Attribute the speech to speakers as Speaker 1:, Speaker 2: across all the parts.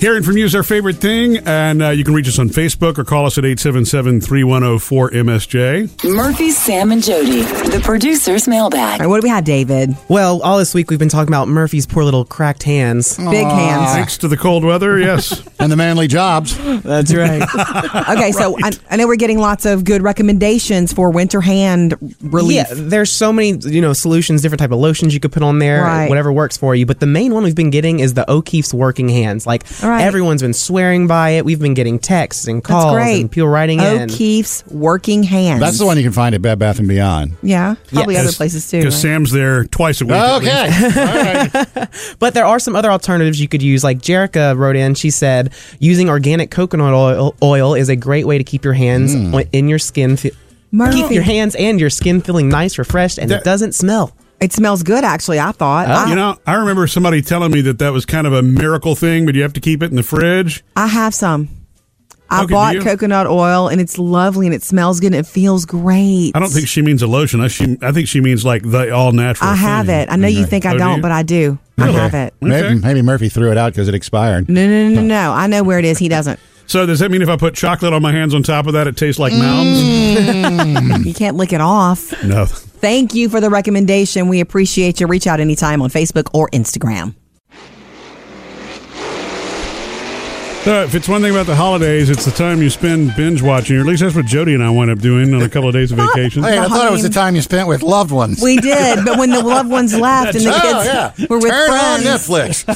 Speaker 1: Hearing from you is our favorite thing, and uh, you can reach us on Facebook or call us at 877 3104 MSJ.
Speaker 2: Murphy, Sam, and Jody, the producer's mailbag.
Speaker 3: All right, what do we have, David?
Speaker 4: Well, all this week we've been talking about Murphy's poor little cracked hands.
Speaker 3: Big hands.
Speaker 1: Thanks to the cold weather, yes.
Speaker 5: and the manly jobs.
Speaker 4: That's right.
Speaker 3: Okay, so I, I know we're getting lots of good recommendations for winter hand relief.
Speaker 4: Yeah, there's so many you know solutions, different type of lotions you could put on there,
Speaker 3: Right.
Speaker 4: whatever works for you. But the main one we've been getting is the O'Keefe's working hands. Like
Speaker 3: Right.
Speaker 4: everyone's been swearing by it. We've been getting texts and
Speaker 3: That's
Speaker 4: calls
Speaker 3: great.
Speaker 4: and people writing in.
Speaker 3: O'Keefe's working hands.
Speaker 5: That's the one you can find at Bed Bath and Beyond.
Speaker 3: Yeah, probably
Speaker 4: Yes.
Speaker 3: other places too.
Speaker 1: Because
Speaker 3: right?
Speaker 1: Sam's there twice a week. at least.
Speaker 5: All right.
Speaker 4: But there are some other alternatives you could use. Like Jerica wrote in, she said using organic coconut oil, oil is a great way to keep your hands on- in your skin. Fe-
Speaker 3: Hmm. Murphy.
Speaker 4: keep your hands and your skin feeling nice, refreshed, and it doesn't smell.
Speaker 3: It smells good, actually. I thought. I,
Speaker 1: Oh, You know, I remember somebody telling me that that was kind of a miracle thing, but you have to keep it in the fridge.
Speaker 3: I have some. I
Speaker 1: Okay, do
Speaker 3: bought
Speaker 1: you?
Speaker 3: coconut oil, and it's lovely, and it smells good, and it feels great.
Speaker 1: I don't think she means a lotion. I, she, I think she means like the all natural.
Speaker 3: I have
Speaker 1: thing.
Speaker 3: it. I know you think
Speaker 1: Oh,
Speaker 3: I
Speaker 1: do
Speaker 3: don't,
Speaker 1: you?
Speaker 3: but I do.
Speaker 1: Really?
Speaker 3: I have it. Mm-hmm.
Speaker 1: Okay.
Speaker 5: maybe, maybe Murphy threw it out because it expired.
Speaker 3: No, no, no, no, no. I know where it is. He doesn't.
Speaker 1: So does that mean if I put chocolate on my hands on top of that, it tastes like mounds?
Speaker 3: Mm. You can't lick it off.
Speaker 1: No.
Speaker 3: Thank you for the recommendation. We appreciate you. Reach out anytime on Facebook or Instagram.
Speaker 1: Uh, if it's one thing about the holidays, it's the time you spend binge watching, or at least that's what Jody and I wound up doing on a couple of days of vacation.
Speaker 5: Hey, I thought it was the
Speaker 3: Behind-
Speaker 5: time you spent with loved ones.
Speaker 3: We did, but when the loved ones left and the
Speaker 5: oh,
Speaker 3: kids
Speaker 5: yeah.
Speaker 3: were with
Speaker 5: Turn
Speaker 3: friends,
Speaker 5: on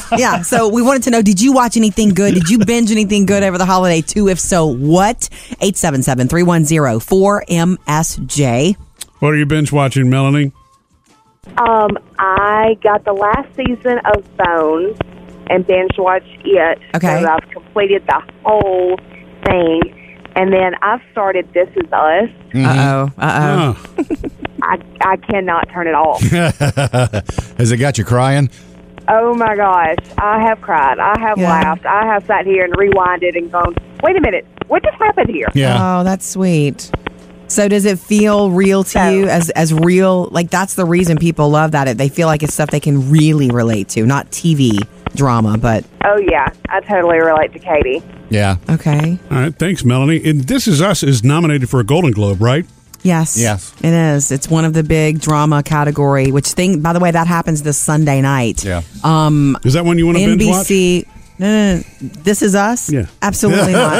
Speaker 5: Netflix.
Speaker 3: yeah. So we wanted to know: Did you watch anything good? Did you binge anything good over the holiday? Too, if so, what? 877-310-4MSJ.
Speaker 1: What are you binge watching, Melanie?
Speaker 6: Um, I got the last season of Bones and binge watched it.
Speaker 3: Okay.
Speaker 6: So I've completed the whole thing. And then I've started This Is Us.
Speaker 3: Uh oh.
Speaker 5: Mm,
Speaker 3: Uh
Speaker 1: Oh.
Speaker 6: I, I cannot turn it off.
Speaker 5: Has it got you crying?
Speaker 6: oh my gosh. I have cried. I have
Speaker 3: Yeah.
Speaker 6: laughed. I have sat here and rewinded and gone, wait a minute. What just happened here?
Speaker 5: Yeah.
Speaker 3: Oh, that's sweet. So does it feel real to you as as real? Like that's the reason people love that. It they feel like it's stuff they can really relate to, not TV drama, but
Speaker 6: Oh, yeah. I totally relate to Katie.
Speaker 5: yeah.
Speaker 3: okay.
Speaker 1: All right. Thanks, Melanie. And This Is Us is nominated for a Golden Globe, right?
Speaker 3: Yes.
Speaker 5: Yes.
Speaker 3: It is. It's one of the big drama category, which thing by the way, that happens this Sunday night.
Speaker 5: Yeah.
Speaker 3: Um
Speaker 1: Is that one you want to binge watch?
Speaker 3: NBC no, no, no. This is us?
Speaker 1: Yeah.
Speaker 3: Absolutely not.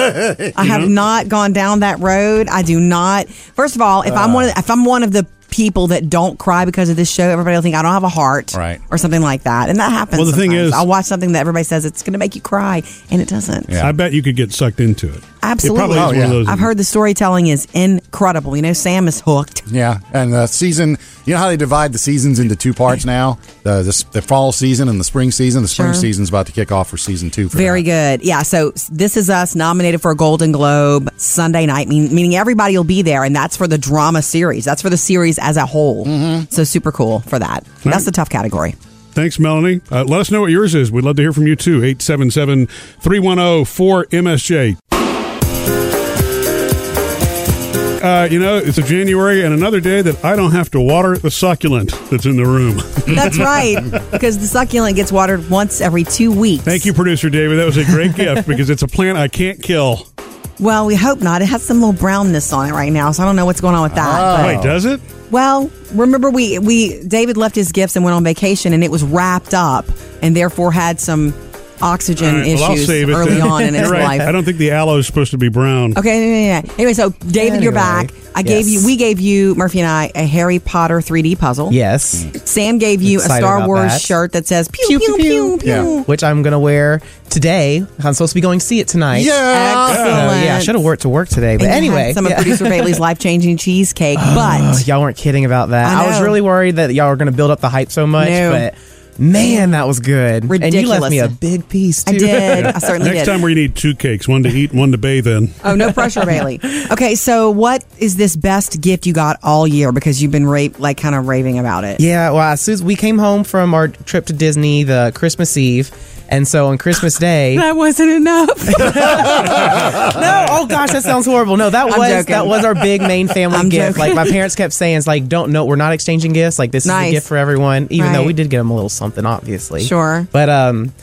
Speaker 3: I have not gone down that road. I do not. First of all, if
Speaker 5: Uh.
Speaker 3: I'm one of, if I'm one of the people that don't cry because of this show, everybody will think I don't have a heart
Speaker 5: Right.
Speaker 3: or something like that. And that happens.
Speaker 1: Well, the thing
Speaker 3: sometimes.
Speaker 1: is-
Speaker 3: I'll watch something that everybody says it's going to make you cry and it doesn't.
Speaker 5: Yeah.
Speaker 1: I bet you could get sucked into it.
Speaker 3: Absolutely.
Speaker 1: It probably is
Speaker 5: Oh,
Speaker 1: one
Speaker 5: yeah.
Speaker 1: of those.
Speaker 3: I've heard the storytelling is incredible. You know, Sam is hooked.
Speaker 5: Yeah. And the season, you know how they divide the seasons into two parts now? The, the, the fall season and the spring season. The spring
Speaker 3: Sure.
Speaker 5: season's about to kick off for season two. For
Speaker 3: Very good.
Speaker 5: that.
Speaker 3: Yeah. So s- this is us nominated for a Golden Globe Sunday night, mean, meaning everybody will be there, and that's for the drama series. That's for the series as a whole.
Speaker 1: Mm-hmm.
Speaker 3: So super cool for that. That's the tough category.
Speaker 1: Thanks, Melanie. Uh, let us know what yours is. We'd love to hear from you too. 877 310 4MSJ. Uh, you know, it's a January and another day that I don't have to water the succulent that's in the room.
Speaker 3: That's right, because the succulent gets watered once every two weeks.
Speaker 1: Thank you, producer David. That was a great gift because it's a plant I can't kill.
Speaker 3: Well, we hope not. It has some little brownness on it right now, so I don't know what's going on with that. but-
Speaker 5: Oh.
Speaker 1: Wait, does it?
Speaker 3: Well, remember we we David left his gifts and went on vacation, and it was wrapped up, and therefore had some oxygen
Speaker 1: All right,
Speaker 3: issues
Speaker 1: well, I'll save it.
Speaker 3: early
Speaker 1: then.
Speaker 3: on in his
Speaker 1: You're right.
Speaker 3: life.
Speaker 1: I don't think the aloe is supposed to be brown.
Speaker 3: Okay, yeah, yeah, yeah. Anyway, so David, you're back. I gave
Speaker 4: Yes.
Speaker 3: you, we gave you Murphy and I a Harry Potter 3D puzzle. Hmm.
Speaker 4: Yes.
Speaker 3: Sam gave you a
Speaker 4: Excited
Speaker 3: Star
Speaker 4: about
Speaker 3: Wars
Speaker 4: that.
Speaker 3: shirt that says pew pew pew pew.
Speaker 5: Yeah.
Speaker 4: Which I'm gonna wear today. I'm supposed to be going to see it tonight.
Speaker 3: Oh.
Speaker 5: Yeah.
Speaker 4: So, yeah, I
Speaker 3: Excellent.
Speaker 4: should have wore it to work today. But
Speaker 3: And you had
Speaker 4: anyway,
Speaker 3: some
Speaker 4: yeah.
Speaker 3: of producer Bailey's life changing cheesecake,
Speaker 4: Oh,
Speaker 3: but
Speaker 4: y'all weren't kidding about that.
Speaker 3: I
Speaker 4: I, was
Speaker 3: know.
Speaker 4: really worried that y'all were gonna build up the hype so much,
Speaker 3: No.
Speaker 4: but man, that was good. And you
Speaker 3: Ridiculous.
Speaker 4: left me a big piece
Speaker 3: I
Speaker 4: too.
Speaker 3: did. I certainly
Speaker 1: Next
Speaker 3: did.
Speaker 1: time we need two cakes, one to eat and one to bathe in.
Speaker 3: Oh, no pressure, Bailey. Okay, so what is this best gift you got all year? Because you've been rave, like kind of raving about it.
Speaker 4: Yeah, well, as soon as we came home from our trip to Disney the Christmas Eve, and so on Christmas Day. no,
Speaker 3: That wasn't enough.
Speaker 4: oh gosh, that sounds horrible. No, that
Speaker 3: I'm
Speaker 4: was
Speaker 3: joking.
Speaker 4: that was our big main family
Speaker 3: I'm
Speaker 4: gift.
Speaker 3: joking.
Speaker 4: Like my parents kept saying, "It's like don't no, we're not exchanging gifts. Like this is
Speaker 3: Nice.
Speaker 4: a gift for everyone." Even though
Speaker 3: Right.
Speaker 4: we did get them a little something, obviously.
Speaker 3: Sure.
Speaker 4: But um,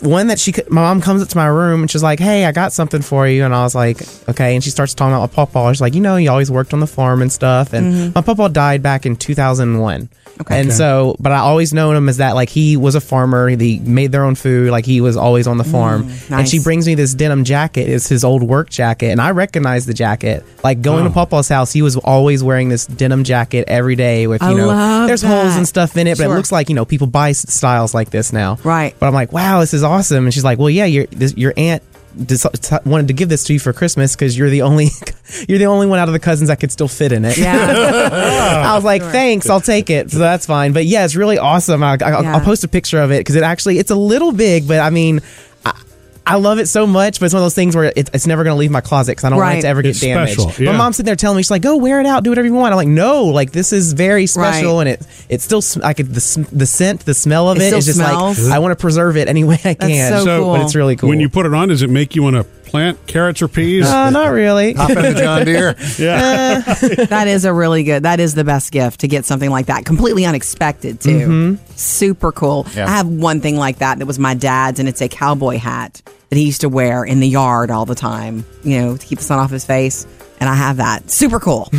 Speaker 4: one that she, could, my mom comes up to my room and she's like, "Hey, I got something for you," and I was like, "Okay." And she starts talking about my pawpaw. She's like, "You know, he always worked on the farm and stuff." And my pawpaw died back in two thousand one.
Speaker 3: Mm-hmm. Okay.
Speaker 4: And so, but I always known him as that. Like he was a farmer. They made their own food. Like he was always on the farm. And she
Speaker 3: Mm, nice.
Speaker 4: brings me this denim jacket. It's his old work jacket, and I recognize the jacket. Like going to Pawpaw's house, he was always wearing this denim jacket every day with you
Speaker 3: I
Speaker 4: know
Speaker 3: love
Speaker 4: there's holes
Speaker 3: that.
Speaker 4: and stuff in it, but
Speaker 3: Sure.
Speaker 4: it looks like you know people buy s- styles like this now.
Speaker 3: Right.
Speaker 4: But I'm like, wow, this is awesome. And she's like, well, yeah, your this, your aunt. dis- t- wanted to give this to you for Christmas because you're the only you're the only one out of the cousins that could still fit in it.
Speaker 3: Yeah.
Speaker 4: I was like, thanks, I'll take it. So that's fine. But yeah, it's really awesome. I, I,
Speaker 3: Yeah.
Speaker 4: I'll post a picture of it because it actually it's a little big, but I mean. I, I love it so much, but it's one of those things where it, it's never going to leave my closet because I don't want
Speaker 3: Right.
Speaker 4: it to ever get
Speaker 1: It's
Speaker 4: damaged.
Speaker 1: special, yeah.
Speaker 4: My mom's sitting there telling me she's like, "Go wear it out, do whatever you want." I'm like, "No, like this is very special, and it it still sm- I could the sm- the scent, the smell of
Speaker 3: It
Speaker 4: it
Speaker 3: still
Speaker 4: is just
Speaker 3: smells?
Speaker 4: like I want to preserve it any way I can.
Speaker 3: so So, cool.
Speaker 4: but it's really cool.
Speaker 1: When you put it on, does it make you want to plant carrots or peas?
Speaker 4: uh, not really.
Speaker 5: Hop in the John Deere.
Speaker 1: yeah.
Speaker 3: that is a really good. That is the best gift to get something like that, completely unexpected too. Super cool.
Speaker 5: Yeah.
Speaker 3: I have one thing like that that was my dad's, and it's a cowboy hat that he used to wear in the yard all the time. You know, to keep the sun off his face. And I have that. Super cool.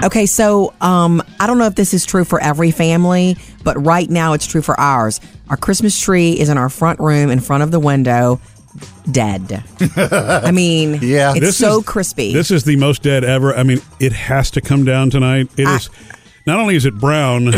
Speaker 3: Okay, so um, I don't know if this is true for every family, but right now it's true for ours. Our Christmas tree is in our front room in front of the window, dead. I mean,
Speaker 5: Yeah.
Speaker 3: it's
Speaker 1: This
Speaker 3: so
Speaker 1: is-
Speaker 3: crispy.
Speaker 1: This is the most dead ever. I mean, it has to come down tonight. It is. not only is it brown,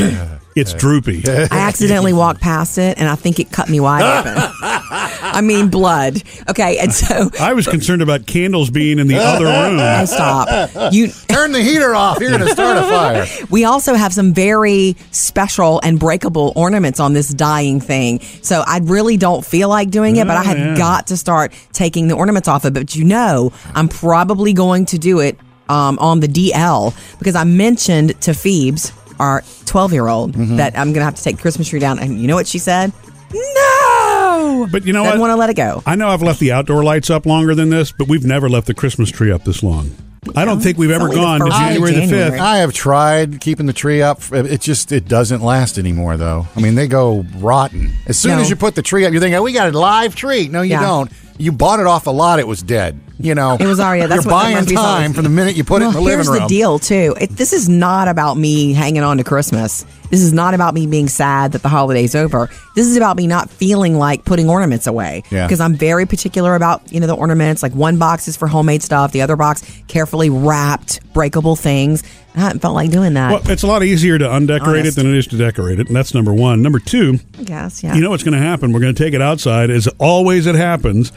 Speaker 1: it's droopy.
Speaker 3: I accidentally walked past it, and I think it cut me wide open. I mean, blood. Okay, and so
Speaker 1: I was concerned about candles being in the other
Speaker 3: oh,
Speaker 1: room.
Speaker 3: stop. You
Speaker 5: Turn the heater off. You're going to start a fire.
Speaker 3: We also have some very special and breakable ornaments on this dying thing. So I really don't feel like doing it, but I
Speaker 1: Oh,
Speaker 3: have
Speaker 1: yeah.
Speaker 3: got to start taking the ornaments off of it. But you know, I'm probably going to do it um, on the DL because I mentioned to Phoebes, our 12 year old,
Speaker 1: Mm-hmm.
Speaker 3: that I'm going to have to take the Christmas tree down. And you know what she said? No!
Speaker 1: But you know
Speaker 3: Didn't
Speaker 1: what?
Speaker 3: want to let it go.
Speaker 1: I know I've left the outdoor lights up longer than this, but we've never left the Christmas tree up this long. I don't think we've ever
Speaker 3: only the
Speaker 1: gone to
Speaker 3: first of
Speaker 1: January the
Speaker 3: January.
Speaker 1: 5th.
Speaker 5: I have tried keeping the tree up. It just it doesn't last anymore, though. I mean, they go rotten as soon
Speaker 3: No.
Speaker 5: as you put the tree up. You think, "Oh, we got a live tree." No, you
Speaker 3: Yeah.
Speaker 5: don't. You bought it off a lot. It was dead. You know,
Speaker 3: It was already- that's
Speaker 5: You're
Speaker 3: what
Speaker 5: buying
Speaker 3: must be something.
Speaker 5: time from the minute you put it in the
Speaker 3: well,
Speaker 5: living
Speaker 3: here's
Speaker 5: room.
Speaker 3: the deal, too. It, this is not about me hanging on to Christmas. This is not about me being sad that the holiday's over. This is about me not feeling like putting ornaments away.
Speaker 5: Yeah.
Speaker 3: Because I'm very particular about, you know, the ornaments. Like one box is for homemade stuff, the other box carefully wrapped, breakable things. I haven't felt like doing that.
Speaker 1: Well, it's a lot easier to undecorate it
Speaker 3: Honest.
Speaker 1: than it is to decorate it. And that's number one. Number two,
Speaker 3: I guess, yeah.
Speaker 1: you know what's going to happen? We're going to take it outside. As always, it happens.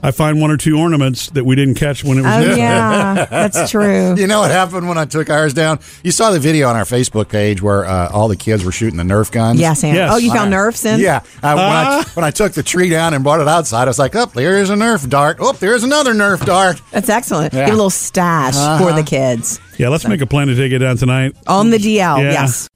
Speaker 1: I find one or two ornaments that we didn't catch when it was.
Speaker 3: oh,
Speaker 1: there.
Speaker 3: yeah. That's true.
Speaker 5: You know what happened when I took ours down? You saw the video on our Facebook page where uh, all the kids were shooting the Nerf guns.
Speaker 3: Yeah, Sam.
Speaker 1: Yes.
Speaker 3: Oh, you found
Speaker 5: All right.
Speaker 3: nerves in?
Speaker 5: Yeah. I, when, I, when I took the tree down and brought it outside, I was like, oh, there's a Nerf dart. Oh, there's another Nerf dart.
Speaker 3: That's excellent.
Speaker 5: Yeah. Uh-huh.
Speaker 3: Give a little stash for the kids.
Speaker 1: Yeah, let's make a plan to take it down tonight.
Speaker 3: On the DL,
Speaker 1: Yeah.
Speaker 3: yes.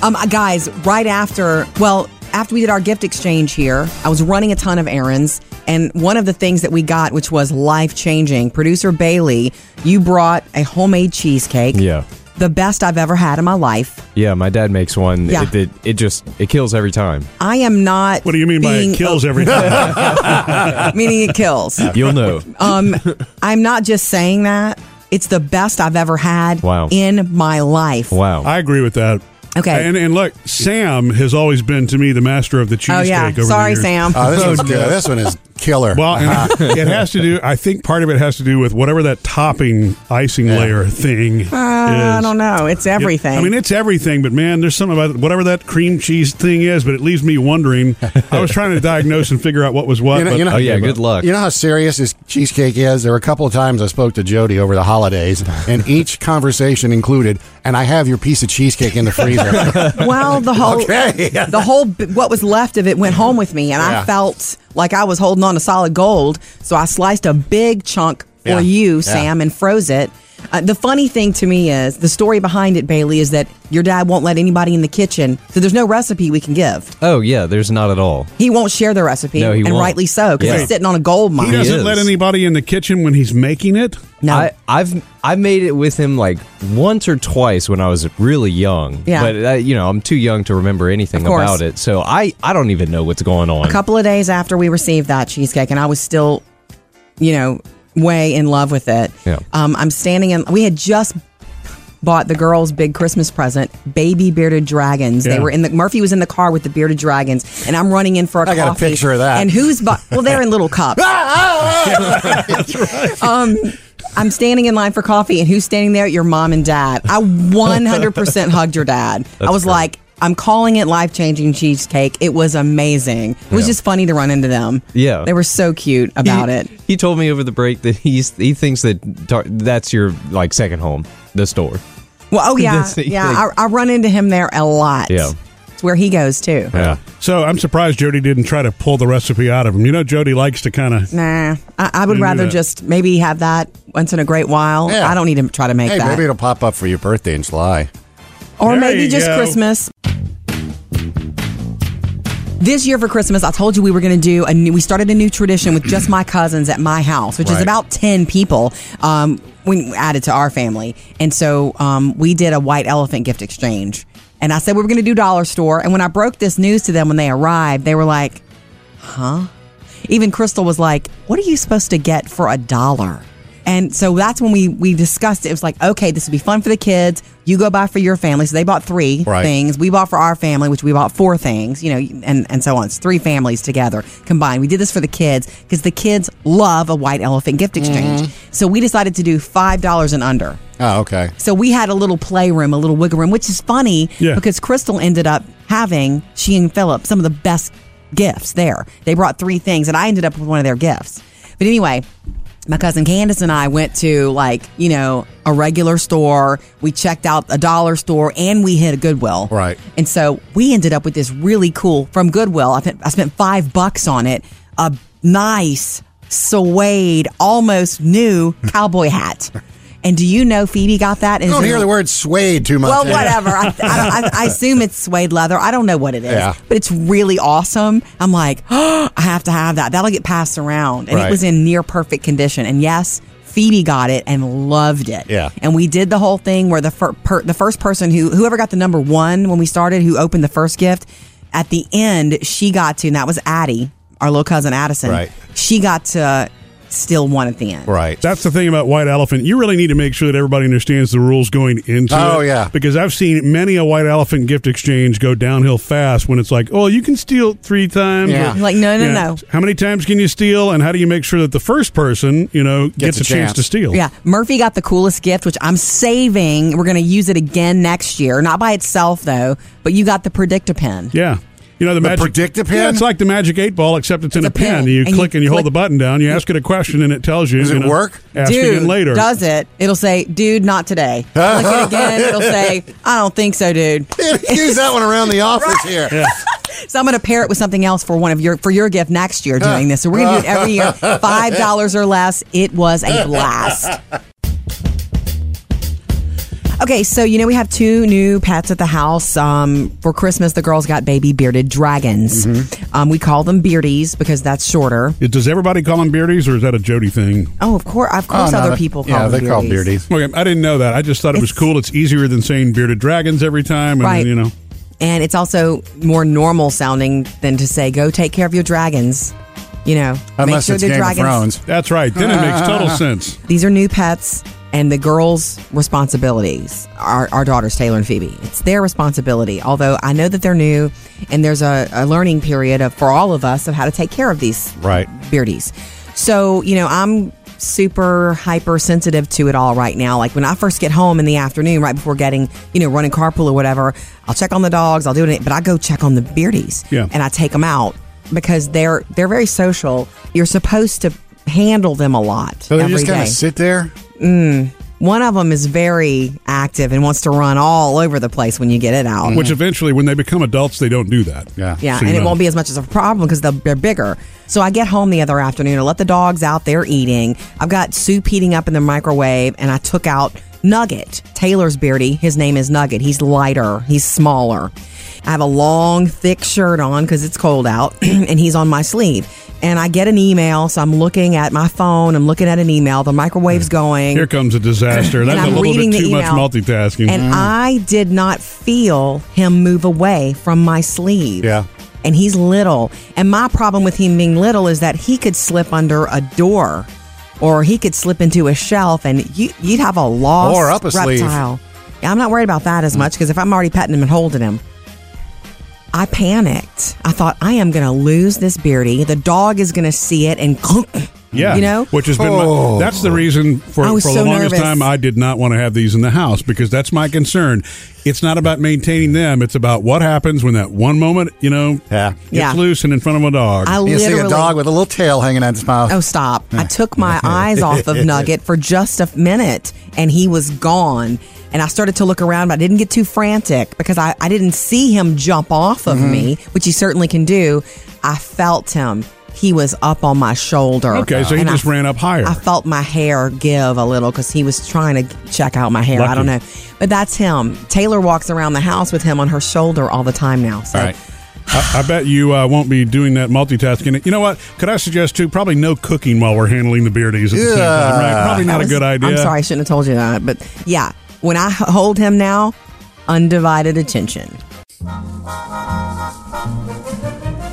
Speaker 3: Um, uh, guys, right after, well, after we did our gift exchange here, I was running a ton of errands, and one of the things that we got, which was life changing, producer Bailey, you brought a homemade cheesecake.
Speaker 7: Yeah.
Speaker 3: The best I've ever had in my life.
Speaker 7: Yeah, my dad makes one.
Speaker 3: Yeah.
Speaker 7: It, it, it just it kills every time.
Speaker 3: I am not.
Speaker 1: What do you mean by
Speaker 3: being-
Speaker 1: it kills everything?
Speaker 3: meaning it kills.
Speaker 7: You'll know.
Speaker 3: Um, I'm not just saying that. It's the best I've ever had
Speaker 7: Wow.
Speaker 3: in my life.
Speaker 7: wow.
Speaker 1: I agree with that.
Speaker 3: Okay.
Speaker 1: And, and look, Sam has always been to me the master of the cheesecake.
Speaker 3: Oh, yeah.
Speaker 1: over the
Speaker 3: Sorry,
Speaker 1: years.
Speaker 3: Sam.
Speaker 5: Oh, this one's good. This one is killer.
Speaker 1: Well, and it has to do. I think part of it has to do with whatever that topping icing layer thing. is.
Speaker 3: Uh, I don't know. It's everything.
Speaker 1: I mean, it's everything, but man, there's something about whatever that cream cheese thing is, but it leaves me wondering. I was trying to diagnose and figure out what was what.
Speaker 5: You know-
Speaker 1: but
Speaker 5: you know-
Speaker 7: oh yeah, good luck.
Speaker 5: You know how serious this cheesecake is? There were a couple of times I spoke to Jody over the holidays, and each conversation included, and I have your piece of cheesecake in the freezer.
Speaker 3: Well, the whole
Speaker 5: Okay.
Speaker 3: the whole b- what was left of it went home with me, and I
Speaker 5: Yeah.
Speaker 3: felt like I was holding on to solid gold. So I sliced a big chunk for
Speaker 5: Yeah.
Speaker 3: you,
Speaker 5: Yeah.
Speaker 3: Sam, and froze it. Uh, the funny thing to me is the story behind it, Bailey, is that your dad won't let anybody in the kitchen, so there's no recipe we can give.
Speaker 7: Oh yeah, there's not at all.
Speaker 3: He won't share the recipe,
Speaker 7: No, he
Speaker 3: and
Speaker 7: won't.
Speaker 3: rightly so, because
Speaker 7: Yeah.
Speaker 3: he's sitting on a gold
Speaker 1: He
Speaker 3: mine.
Speaker 7: does-
Speaker 1: doesn't
Speaker 7: is.
Speaker 1: let anybody in the kitchen when he's making it.
Speaker 3: no,
Speaker 7: I, I've I've made it with him like once or twice when I was really young.
Speaker 3: Yeah.
Speaker 7: But uh, you know, I'm too young to remember anything
Speaker 3: Of course.
Speaker 7: about it, so I I don't even know what's going on.
Speaker 3: a couple of days after we received that cheesecake, and I was still, you know, way in love with it.
Speaker 7: Yeah.
Speaker 3: Um, I'm standing in. We had just bought the girls' big Christmas present, baby bearded dragons.
Speaker 1: Yeah.
Speaker 3: They were in the Murphy was in the car with the bearded dragons, and I'm running in for a
Speaker 5: I got a
Speaker 3: coffee.
Speaker 5: picture of that. Ah,
Speaker 3: And who's bu- well, they're in little cups. um, I'm standing in line for coffee, and who's standing there? Your mom and dad. I 100% hugged your dad. I was
Speaker 7: great.
Speaker 3: like, I'm calling it life changing cheesecake. It was amazing. It was
Speaker 7: Yeah.
Speaker 3: just funny to run into them.
Speaker 7: Yeah.
Speaker 3: They were so cute about
Speaker 7: he,
Speaker 3: it.
Speaker 7: He told me over the break that he's he thinks that tar- that's your like second home, the store.
Speaker 3: Well, oh, yeah.
Speaker 7: That's the
Speaker 3: Yeah. I, I run into him there a lot.
Speaker 7: Yeah.
Speaker 3: It's where he goes, too.
Speaker 7: Yeah.
Speaker 1: So I'm surprised Jody didn't try to pull the recipe out of him. You know, Jody likes to kind of.
Speaker 3: Nah, I, I would
Speaker 1: do
Speaker 3: rather
Speaker 1: that.
Speaker 3: just maybe have that once in a great while.
Speaker 5: Yeah.
Speaker 3: I don't need to try to make
Speaker 5: Hey,
Speaker 3: that.
Speaker 5: maybe it'll pop up for your birthday in July.
Speaker 3: or
Speaker 1: There
Speaker 3: maybe
Speaker 1: you
Speaker 3: just
Speaker 1: go.
Speaker 3: Christmas. This year for Christmas, I told you we were going to do a new. We started a new tradition with just my cousins at my house, which is
Speaker 5: Right.
Speaker 3: about ten people. Um, when added to our family, and so um, we did a white elephant gift exchange. And I said we were going to do dollar store. And when I broke this news to them when they arrived, they were like, even Crystal was like, "What are you supposed to get for a dollar?" And so that's when we we discussed it. It was like, okay, this would be fun for the kids. You go buy for your family. So they bought three
Speaker 5: Right.
Speaker 3: things. We bought for our family, which we bought four things. You know, and and so on. It's three families together combined. We did this for the kids because the kids love a white elephant gift exchange. So we decided to do five dollars and under.
Speaker 5: Oh, okay.
Speaker 3: So we had a little playroom, a little wiggle room, which is funny
Speaker 1: Yeah.
Speaker 3: because Crystal ended up having she and Philip some of the best gifts there. They brought three things, and I ended up with one of their gifts. But anyway, my cousin Candace and I went to like you know a regular store. We checked out a dollar store, and we hit a Goodwill.
Speaker 5: Right.
Speaker 3: And so we ended up with this really cool from Goodwill. I, spent- I spent five bucks on it. A nice suede, almost new cowboy hat. And do you know Phoebe got that?
Speaker 5: I don't hear the word suede too much.
Speaker 3: Well, whatever. I, I, don't- I, I assume it's suede leather. I don't know what it is,
Speaker 5: Yeah.
Speaker 3: but it's really awesome. I'm like, oh, I have to have that. That'll get passed around. And
Speaker 5: Right.
Speaker 3: it was in near perfect condition. And yes, Phoebe got it and loved it.
Speaker 5: Yeah.
Speaker 3: And we did the whole thing where the fir- per- the first person who whoever got the number one when we started, who opened the first gift, at the end she got to, and that was Addie, our little cousin Addison.
Speaker 5: Right.
Speaker 3: She got to still one at the end.
Speaker 5: Right.
Speaker 1: That's the thing about white elephant. You really need to make sure that everybody understands the rules going into it.
Speaker 5: Oh, yeah.
Speaker 1: Because I've seen many a white elephant gift exchange go downhill fast when it's like, oh, you can steal three times.
Speaker 5: Yeah.
Speaker 3: Like no, no,
Speaker 1: Yeah.
Speaker 3: no.
Speaker 1: How many times can you steal, and how do you make sure that the first person, you know, gets,
Speaker 5: Gets
Speaker 1: a,
Speaker 5: a
Speaker 1: chance.
Speaker 5: chance.
Speaker 1: to steal?
Speaker 3: Yeah, Murphy got the coolest gift, which I'm saving. We're going to use it again next year, not by itself though. But you got the Predictapin.
Speaker 1: Yeah. You know the, magic
Speaker 5: Predictapin?
Speaker 1: Yeah, it's like the magic eight ball, except it's, in a,
Speaker 3: It's a
Speaker 1: pen.
Speaker 3: pin,
Speaker 1: You
Speaker 3: and
Speaker 1: click
Speaker 3: you
Speaker 1: and you
Speaker 3: click-
Speaker 1: hold the button down. You ask it a question, and it tells you.
Speaker 5: Does
Speaker 1: you
Speaker 5: it work?
Speaker 1: Ask it
Speaker 3: Dude
Speaker 1: again later.
Speaker 3: does it? It'll say, "Dude, not today." Click it again. It'll say, "I don't think so, dude."
Speaker 5: Use that one around the office here.
Speaker 3: So I'm going to pair it with something else for one of your for your gift next year. Doing this, so we're going to do it every year, five dollars or less. It was a blast. Okay, so you know we have two new pets at the house. Um, for Christmas, the girls got baby bearded dragons.
Speaker 5: Mm-hmm.
Speaker 3: Um, we call them beardies because that's shorter.
Speaker 1: It- Does everybody call them beardies, or is that a Jody thing?
Speaker 3: Oh, of course, of
Speaker 5: Oh,
Speaker 3: course,
Speaker 5: no,
Speaker 3: other
Speaker 5: that-
Speaker 3: people call
Speaker 5: Yeah,
Speaker 3: them
Speaker 5: they call
Speaker 3: beardies.
Speaker 5: beardies.
Speaker 1: Okay, I didn't know that. I just thought it was
Speaker 3: It's-
Speaker 1: cool. It's easier than saying bearded dragons every time, and
Speaker 3: Right.
Speaker 1: you know.
Speaker 3: And it's also more normal sounding than to say, "Go take care of your dragons." You know, make
Speaker 5: Unless
Speaker 3: sure
Speaker 5: it's
Speaker 3: the
Speaker 5: Game
Speaker 3: dragons.
Speaker 5: of Thrones.
Speaker 1: That's right. Then it makes total sense.
Speaker 3: These are new pets and the girls' responsibilities. Our, our daughters, Taylor and Phoebe, it's their responsibility. Although I know that they're new and there's a, a learning period of, for all of us of how to take care of these
Speaker 5: Right.
Speaker 3: beardies. So, you know, I'm super hypersensitive to it all right now. Like when I first get home in the afternoon, right before getting, you know, running carpool or whatever, I'll check on the dogs, I'll do it, but I go check on the beardies
Speaker 1: Yeah.
Speaker 3: and I take them out because they're they're very social. You're supposed to handle them a lot
Speaker 5: So they
Speaker 3: every
Speaker 5: just kind
Speaker 3: day.
Speaker 5: of sit there.
Speaker 3: One of them is very active and wants to run all over the place when you get it out.
Speaker 1: Which eventually, when they become adults, they don't do that.
Speaker 5: Yeah.
Speaker 3: Yeah,
Speaker 1: Mm-hmm. So you
Speaker 3: and it
Speaker 1: know.
Speaker 3: won't be as much as a problem because they're bigger. So I get home the other afternoon. I let the dogs out there eating. I've got soup heating up in the microwave, and I took out Nugget, Taylor's beardy. His name is Nugget. He's lighter, he's smaller. I have a long, thick shirt on because it's cold out, and he's on my sleeve. And I get an email, so I'm looking at my phone. I'm looking at an email. The microwave's going
Speaker 1: Mm. Here comes a disaster. That's
Speaker 3: and
Speaker 1: a
Speaker 3: I'm
Speaker 1: little
Speaker 3: reading
Speaker 1: bit
Speaker 3: the
Speaker 1: too much
Speaker 3: email,
Speaker 1: multitasking. Mm.
Speaker 3: And I did not feel him move away from my sleeve.
Speaker 5: Yeah.
Speaker 3: And he's little. And my problem with him being little is that he could slip under a door or he could slip into a shelf and you, you'd have a lost
Speaker 5: Or up a sleeve.
Speaker 3: reptile. Yeah, I'm not worried about that as
Speaker 1: Mm.
Speaker 3: much because if I'm already petting him and holding him, I panicked. I thought, I am going to lose this beardy. The dog is going to see it and,
Speaker 1: yeah,
Speaker 3: you know?
Speaker 1: which has been
Speaker 5: Oh.
Speaker 1: my, that's the reason for
Speaker 3: I
Speaker 1: for
Speaker 3: was
Speaker 1: the
Speaker 3: so
Speaker 1: longest
Speaker 3: nervous.
Speaker 1: time I did not want to have these in the house because that's my concern. It's not about maintaining them; it's about what happens when that one moment, you know,
Speaker 5: Yeah.
Speaker 1: gets
Speaker 3: Yeah.
Speaker 1: loose and in front of a dog.
Speaker 3: I
Speaker 5: You
Speaker 3: literally
Speaker 5: see a dog with a little tail hanging out his mouth.
Speaker 3: Oh, stop. I took my eyes off of Nugget for just a minute and he was gone. And I started to look around, but I didn't get too frantic because I, I didn't see him jump off
Speaker 1: Mm-hmm.
Speaker 3: of me, which he certainly can do. I felt him. He was up on my shoulder.
Speaker 1: Okay, so he
Speaker 3: And I-
Speaker 1: just ran up higher.
Speaker 3: I felt my hair give a little because he was trying to check out my hair.
Speaker 1: Lucky.
Speaker 3: I don't know. But that's him. Taylor walks around the house with him on her shoulder all the time now. So
Speaker 7: All right.
Speaker 1: I, I bet you uh, won't be doing that multitasking. You know what? Could I suggest too? Probably no cooking while we're handling the beardies at the same time. Right?
Speaker 5: Yeah.
Speaker 1: Probably not
Speaker 3: That
Speaker 1: a
Speaker 3: was-
Speaker 1: good idea.
Speaker 3: I'm sorry, I shouldn't have told you that. But yeah, when I h- hold him now, undivided attention.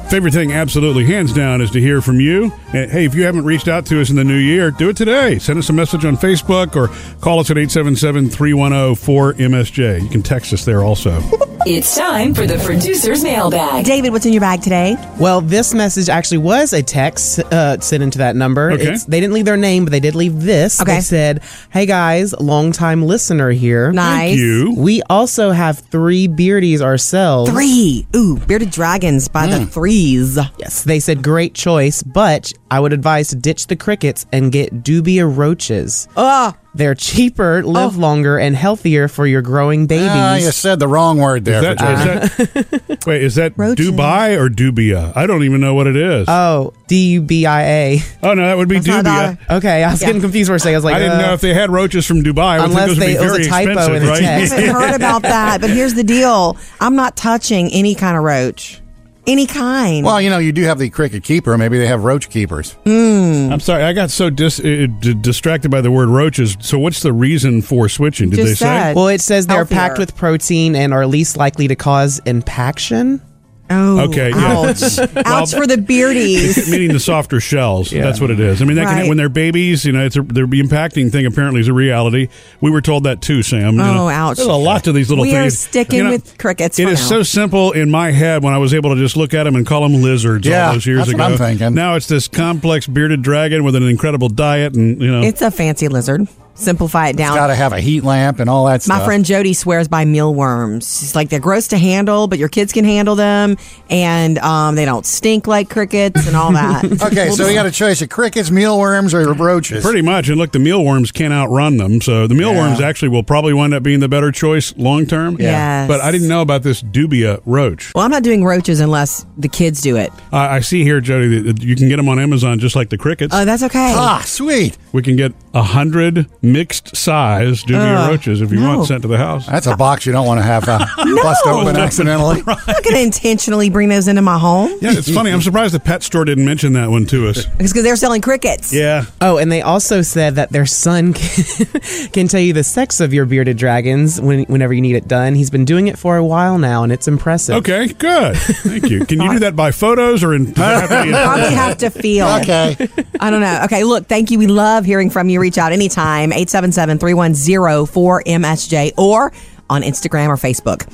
Speaker 1: Favorite thing, absolutely, hands down, is to hear from you. And hey, if you haven't reached out to us in the new year, do it today. Send us a message on Facebook or call us at 877 310 4MSJ. You can text us there also.
Speaker 2: It's time for the producer's mailbag.
Speaker 3: David, what's in your bag today?
Speaker 4: Well, this message actually was a text uh, sent into that number.
Speaker 1: Okay.
Speaker 4: they didn't leave their name, but they did leave this.
Speaker 3: Okay.
Speaker 4: They said, "Hey guys, longtime listener here.
Speaker 3: Nice.
Speaker 1: you.
Speaker 4: We also have three beardies ourselves.
Speaker 3: Three. Ooh, bearded dragons by the threes.
Speaker 4: Yes. They said great choice, but I would advise to ditch the crickets and get dubia roaches.
Speaker 3: Ah,
Speaker 4: They're cheaper,
Speaker 3: Oh.
Speaker 4: live longer, and healthier for your growing babies.
Speaker 5: Ah, you said the wrong word there.
Speaker 1: Is that,
Speaker 5: for Jason.
Speaker 1: is that, wait, is that
Speaker 3: Roaches. Uh,
Speaker 1: Dubai or Dubia? I don't even know what it is.
Speaker 4: Oh, D U B I A.
Speaker 1: oh, no, that would be
Speaker 3: That's not
Speaker 1: Dubia.
Speaker 3: dollar.
Speaker 4: Okay, I was getting confused for a second. I was like,
Speaker 1: I didn't
Speaker 4: uh,
Speaker 1: know if they had roaches from Dubai. I would think those
Speaker 4: Unless
Speaker 1: would be
Speaker 4: they- it was
Speaker 1: very
Speaker 4: a typo in
Speaker 1: expensive,
Speaker 4: the
Speaker 1: right?
Speaker 4: text.
Speaker 3: I haven't heard about that. But here's the deal I'm not touching any kind of roach, any kind.
Speaker 5: Well, you know, you do have the cricket keeper. Maybe they have roach keepers.
Speaker 1: I'm sorry, I got so dis- uh, d- distracted by the word roaches. So, what's the reason for switching? Did
Speaker 3: Just
Speaker 1: they say?
Speaker 3: said.
Speaker 4: Well, it says they're
Speaker 3: uh, Healthier.
Speaker 4: packed with protein and are least likely to cause impaction.
Speaker 3: oh,
Speaker 1: Okay, yeah.
Speaker 3: Ouch.
Speaker 1: Well,
Speaker 3: ouch for the beardies.
Speaker 1: meaning the softer shells. That's what it is. I mean, that can,
Speaker 3: Right.
Speaker 1: when they're babies, you know, it's a, the impacting thing apparently is a reality. We were told that too, Sam. you
Speaker 3: Oh,
Speaker 1: know.
Speaker 3: ouch.
Speaker 1: There's a lot to these little
Speaker 3: We are
Speaker 1: things.
Speaker 3: sticking with crickets
Speaker 1: It
Speaker 3: for
Speaker 1: is
Speaker 3: now.
Speaker 1: so simple in my head when I was able to just look at them and call them lizards
Speaker 5: Yeah,
Speaker 1: all those years
Speaker 5: that's
Speaker 1: ago.
Speaker 5: what I'm thinking.
Speaker 1: Now it's this complex bearded dragon with an incredible diet, and you know,
Speaker 3: It's a fancy lizard. Simplify it down.
Speaker 5: Got to have a heat lamp and all that
Speaker 3: My
Speaker 5: stuff.
Speaker 3: friend Jody swears by mealworms. She's like they're gross to handle, but your kids can handle them, and um, they don't stink like crickets and all that.
Speaker 5: Okay, so you got a choice of crickets, mealworms, or roaches.
Speaker 1: Pretty much, and look, the mealworms can't outrun them. So the mealworms
Speaker 5: Yeah.
Speaker 1: actually will probably wind up being the better choice long term.
Speaker 3: Yeah. Yes.
Speaker 1: But I didn't know about this dubia roach.
Speaker 3: well, I'm not doing roaches unless the kids do it.
Speaker 1: I, I see here, Jody, that you can get them on Amazon just like the crickets.
Speaker 3: Oh, that's okay.
Speaker 5: Ah, sweet.
Speaker 1: we can get a hundred mixed size dubia roaches if you
Speaker 3: no.
Speaker 1: want sent to the house.
Speaker 5: That's a box you don't want to have uh, bust open accidentally.
Speaker 3: I'm not going to intentionally bring those into my home
Speaker 1: Yeah, it's funny. I'm surprised the pet store didn't mention that one to us.
Speaker 3: because they're selling crickets.
Speaker 1: Yeah.
Speaker 4: Oh, and they also said that their son can, can tell you the sex of your bearded dragons when, whenever you need it done. He's been doing it for a while now, and it's impressive.
Speaker 1: Okay. Good. Thank you. Can you do that by photos or in? does it have to be in-
Speaker 3: Probably have to feel.
Speaker 5: Okay.
Speaker 3: I don't know. Okay, look, thank you. We love hearing from you. Reach out anytime, 877 310 4MSJ or on Instagram or Facebook.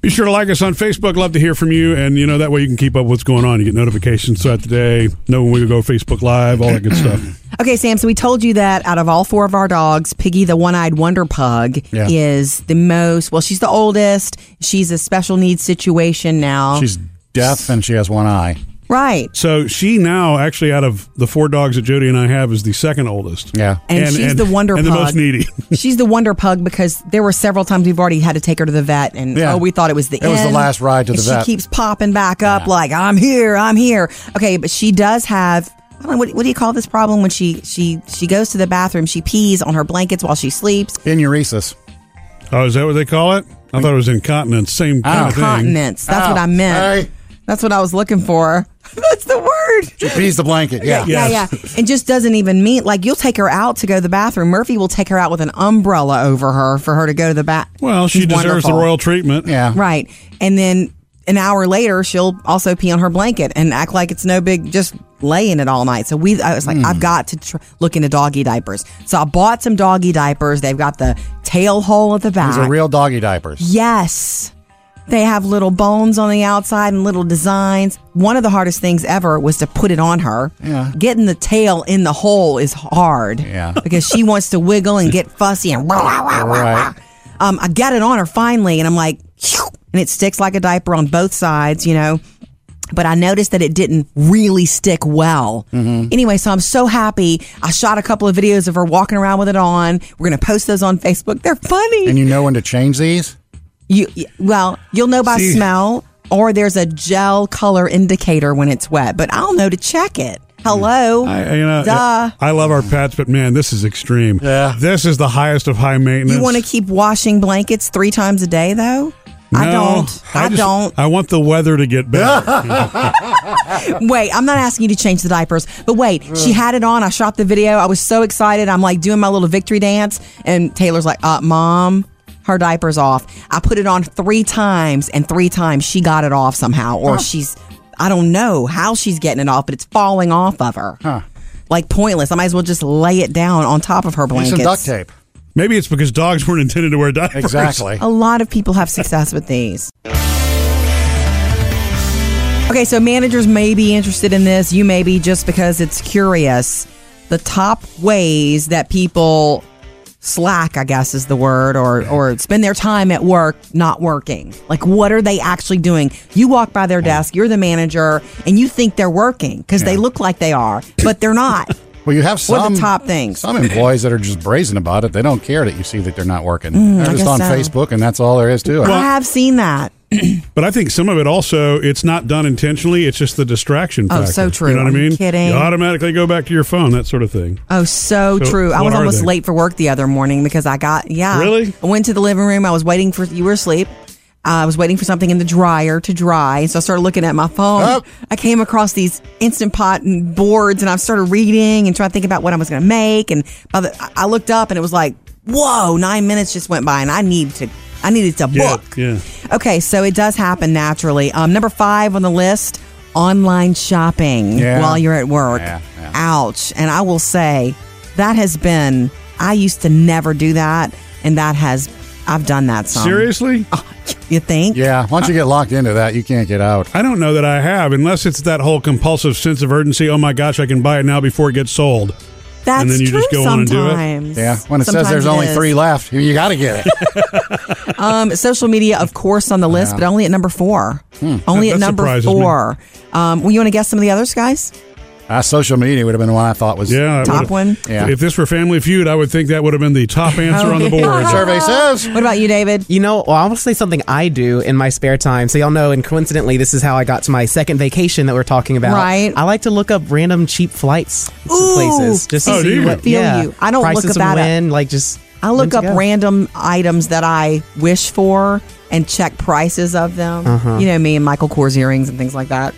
Speaker 1: Be sure to like us on Facebook. Love to hear from you. And, you know, that way you can keep up with what's going on. You get notifications throughout the day, know when we go Facebook Live, all that good stuff.
Speaker 3: Okay, Sam, so we told you that out of all four of our dogs, Piggy the one eyed wonder pug
Speaker 5: Yeah.
Speaker 3: is the most, well, she's the oldest. She's a special needs situation now.
Speaker 5: She's deaf and she has one eye.
Speaker 3: Right.
Speaker 1: So she now actually out of the four dogs that Jody and I have is the second oldest.
Speaker 5: Yeah.
Speaker 3: And, she's the wonder
Speaker 1: and
Speaker 3: pug.
Speaker 1: the most needy.
Speaker 3: she's the wonder pug because there were several times we've already had to take her to the vet, and
Speaker 5: Yeah.
Speaker 3: oh, we thought it was the
Speaker 5: It was the
Speaker 3: end.
Speaker 5: last ride to
Speaker 3: And
Speaker 5: the vet.
Speaker 3: She keeps popping back up like I'm here, I'm here. Okay, but she does have. I don't know, what, what do you call this problem when she she she goes to the bathroom? She pees on her blankets while she sleeps.
Speaker 5: Enuresis.
Speaker 1: oh, is that what they call it? I thought it was incontinence. Same
Speaker 3: Ah.
Speaker 1: kind of thing.
Speaker 3: Oh, Continents. That's what
Speaker 5: Oh,
Speaker 3: I meant.
Speaker 5: hey.
Speaker 3: That's what I was looking for. That's the word.
Speaker 5: She pees the blanket. Yeah.
Speaker 1: Yeah.
Speaker 3: Yeah, yeah. And just doesn't even mean like you'll take her out to go to the bathroom. Murphy will take her out with an umbrella over her for her to go to the bath.
Speaker 1: Well, she
Speaker 3: She's
Speaker 1: deserves
Speaker 3: wonderful.
Speaker 1: the royal treatment.
Speaker 5: Yeah.
Speaker 3: Right. And then an hour later, she'll also pee on her blanket and act like it's no big, just lay in it all night. So we, I was like,
Speaker 1: Hmm.
Speaker 3: I've got to tr- look into doggy diapers. So I bought some doggy diapers. They've got the tail hole at the back.
Speaker 5: These are real doggy diapers.
Speaker 3: Yes. They have little bones on the outside and little designs. One of the hardest things ever was to put it on her.
Speaker 5: Yeah.
Speaker 3: Getting the tail in the hole is hard.
Speaker 5: Yeah.
Speaker 3: Because she wants to wiggle and get fussy and rah, rah, rah, rah, rah.
Speaker 5: Right.
Speaker 3: Um, I got it on her finally and I'm like, "Phew," and it sticks like a diaper on both sides, you know. But I noticed that it didn't really stick well.
Speaker 5: Mm-hmm.
Speaker 3: Anyway, so I'm so happy. I shot a couple of videos of her walking around with it on. We're going to post those on Facebook. They're funny.
Speaker 5: And you know when to change these?
Speaker 3: You y- well, you'll know by
Speaker 1: See-
Speaker 3: smell, or there's a gel color indicator when it's wet, but I'll know to check it. Hello,
Speaker 1: I, you know,
Speaker 3: duh.
Speaker 1: I love our pets, but man, this is extreme.
Speaker 5: Yeah.
Speaker 1: This is the highest of high maintenance.
Speaker 3: you want to keep washing blankets three times a day, though. I
Speaker 1: No,
Speaker 3: don't. I,
Speaker 1: just-
Speaker 3: don't.
Speaker 1: I want the weather to get better.
Speaker 3: Wait, I'm not asking you to change the diapers, but wait, she had it on. I shot the video. I was so excited. I'm like doing my little victory dance, and Taylor's like, uh, Mom, her diaper's off. I put it on three times, and three times she got it off somehow, or she's, I don't know how she's getting it off, but it's falling off of her. Like pointless. I might as well just lay it down on top of her
Speaker 5: Use some
Speaker 3: blankets.
Speaker 5: duct tape.
Speaker 1: Maybe it's because dogs weren't intended to wear diapers.
Speaker 5: Exactly.
Speaker 3: A lot of people have success with these. Okay, so managers may be interested in this. You may be just because it's curious. The top ways that people slack, I guess is the word, or or spend their time at work not working. Like what are they actually doing? You walk by their desk, you're the manager, and you think they're working because they look like they are, but they're not.
Speaker 5: Well, you have
Speaker 3: What are
Speaker 5: some
Speaker 3: the top things?
Speaker 5: Some employees that are just brazen about it. They don't care that you see that they're not working. they're
Speaker 3: Mm, I
Speaker 5: just
Speaker 3: guess
Speaker 5: on
Speaker 3: so.
Speaker 5: Facebook, and that's all there is to it.
Speaker 3: I have seen that.
Speaker 1: But I think some of it also, it's not done intentionally. It's just the distraction
Speaker 3: Oh,
Speaker 1: factor.
Speaker 3: so true.
Speaker 1: You know what I
Speaker 3: Are you
Speaker 1: mean?
Speaker 3: kidding?
Speaker 1: You automatically go back to your phone, that sort of thing.
Speaker 3: Oh, so,
Speaker 1: So,
Speaker 3: true. I
Speaker 1: what
Speaker 3: was
Speaker 1: are
Speaker 3: almost
Speaker 1: they?
Speaker 3: late for work the other morning because I got yeah.
Speaker 1: Really?
Speaker 3: I went to the living room. I was waiting for you were asleep. I was waiting for something in the dryer to dry, so I started looking at my phone.
Speaker 5: Up.
Speaker 3: I came across these instant pot and boards, and I started reading and trying to think about what I was going to make. And by the, I- I looked up, and it was like, whoa, nine minutes just went by, and I need to, I needed to
Speaker 1: Yeah,
Speaker 3: book.
Speaker 1: yeah.
Speaker 3: Okay, so it does happen naturally. Um, number five on the list: online shopping
Speaker 5: Yeah.
Speaker 3: while you're at work.
Speaker 5: Yeah, yeah.
Speaker 3: Ouch! And I will say that has been. I used to never do that, and that has. I've done that. Some.
Speaker 1: Seriously?
Speaker 3: Oh. You think?
Speaker 5: yeah, once you get locked into that, you can't get out.
Speaker 1: I don't know that I have, unless it's that whole compulsive sense of urgency. Oh my gosh, I can buy it now before it gets sold.
Speaker 3: That's
Speaker 1: And then you
Speaker 3: true.
Speaker 1: just go on and
Speaker 3: sometimes.
Speaker 1: do it?
Speaker 5: Yeah, when it says
Speaker 3: Sometimes
Speaker 5: there's
Speaker 3: it
Speaker 5: only
Speaker 3: is.
Speaker 5: three left, you got to get it.
Speaker 3: Um, social media, of course, on the list, but only at number four. Only
Speaker 1: Hmm. That-
Speaker 3: at
Speaker 1: that
Speaker 3: number
Speaker 1: surprises me.
Speaker 3: four. Um, well, you want to guess some of the others, guys?
Speaker 5: uh, social media would have been the one I thought was.
Speaker 1: Yeah. it would've-
Speaker 3: Top one.
Speaker 5: Yeah.
Speaker 1: If this were Family Feud, I would think that would have been the top answer on the
Speaker 3: Oh,
Speaker 1: board.
Speaker 5: Survey says.
Speaker 3: What about you, David?
Speaker 4: You know, well, I'll say something I do in my spare time. So y'all know, and coincidentally, this is how I got to my second vacation that we're talking about.
Speaker 3: Right.
Speaker 4: I like to look up random cheap flights
Speaker 3: Ooh,
Speaker 4: to places just to
Speaker 1: Oh, do
Speaker 4: see
Speaker 1: you?
Speaker 4: what
Speaker 3: Feel
Speaker 4: yeah,
Speaker 3: you. I don't look
Speaker 4: prices
Speaker 3: up that up.
Speaker 4: when, like just
Speaker 3: I look
Speaker 4: when to
Speaker 3: up
Speaker 4: go.
Speaker 3: random items that I wish for and check prices of them.
Speaker 4: Uh-huh.
Speaker 3: You know me and Michael Kors earrings and things like that.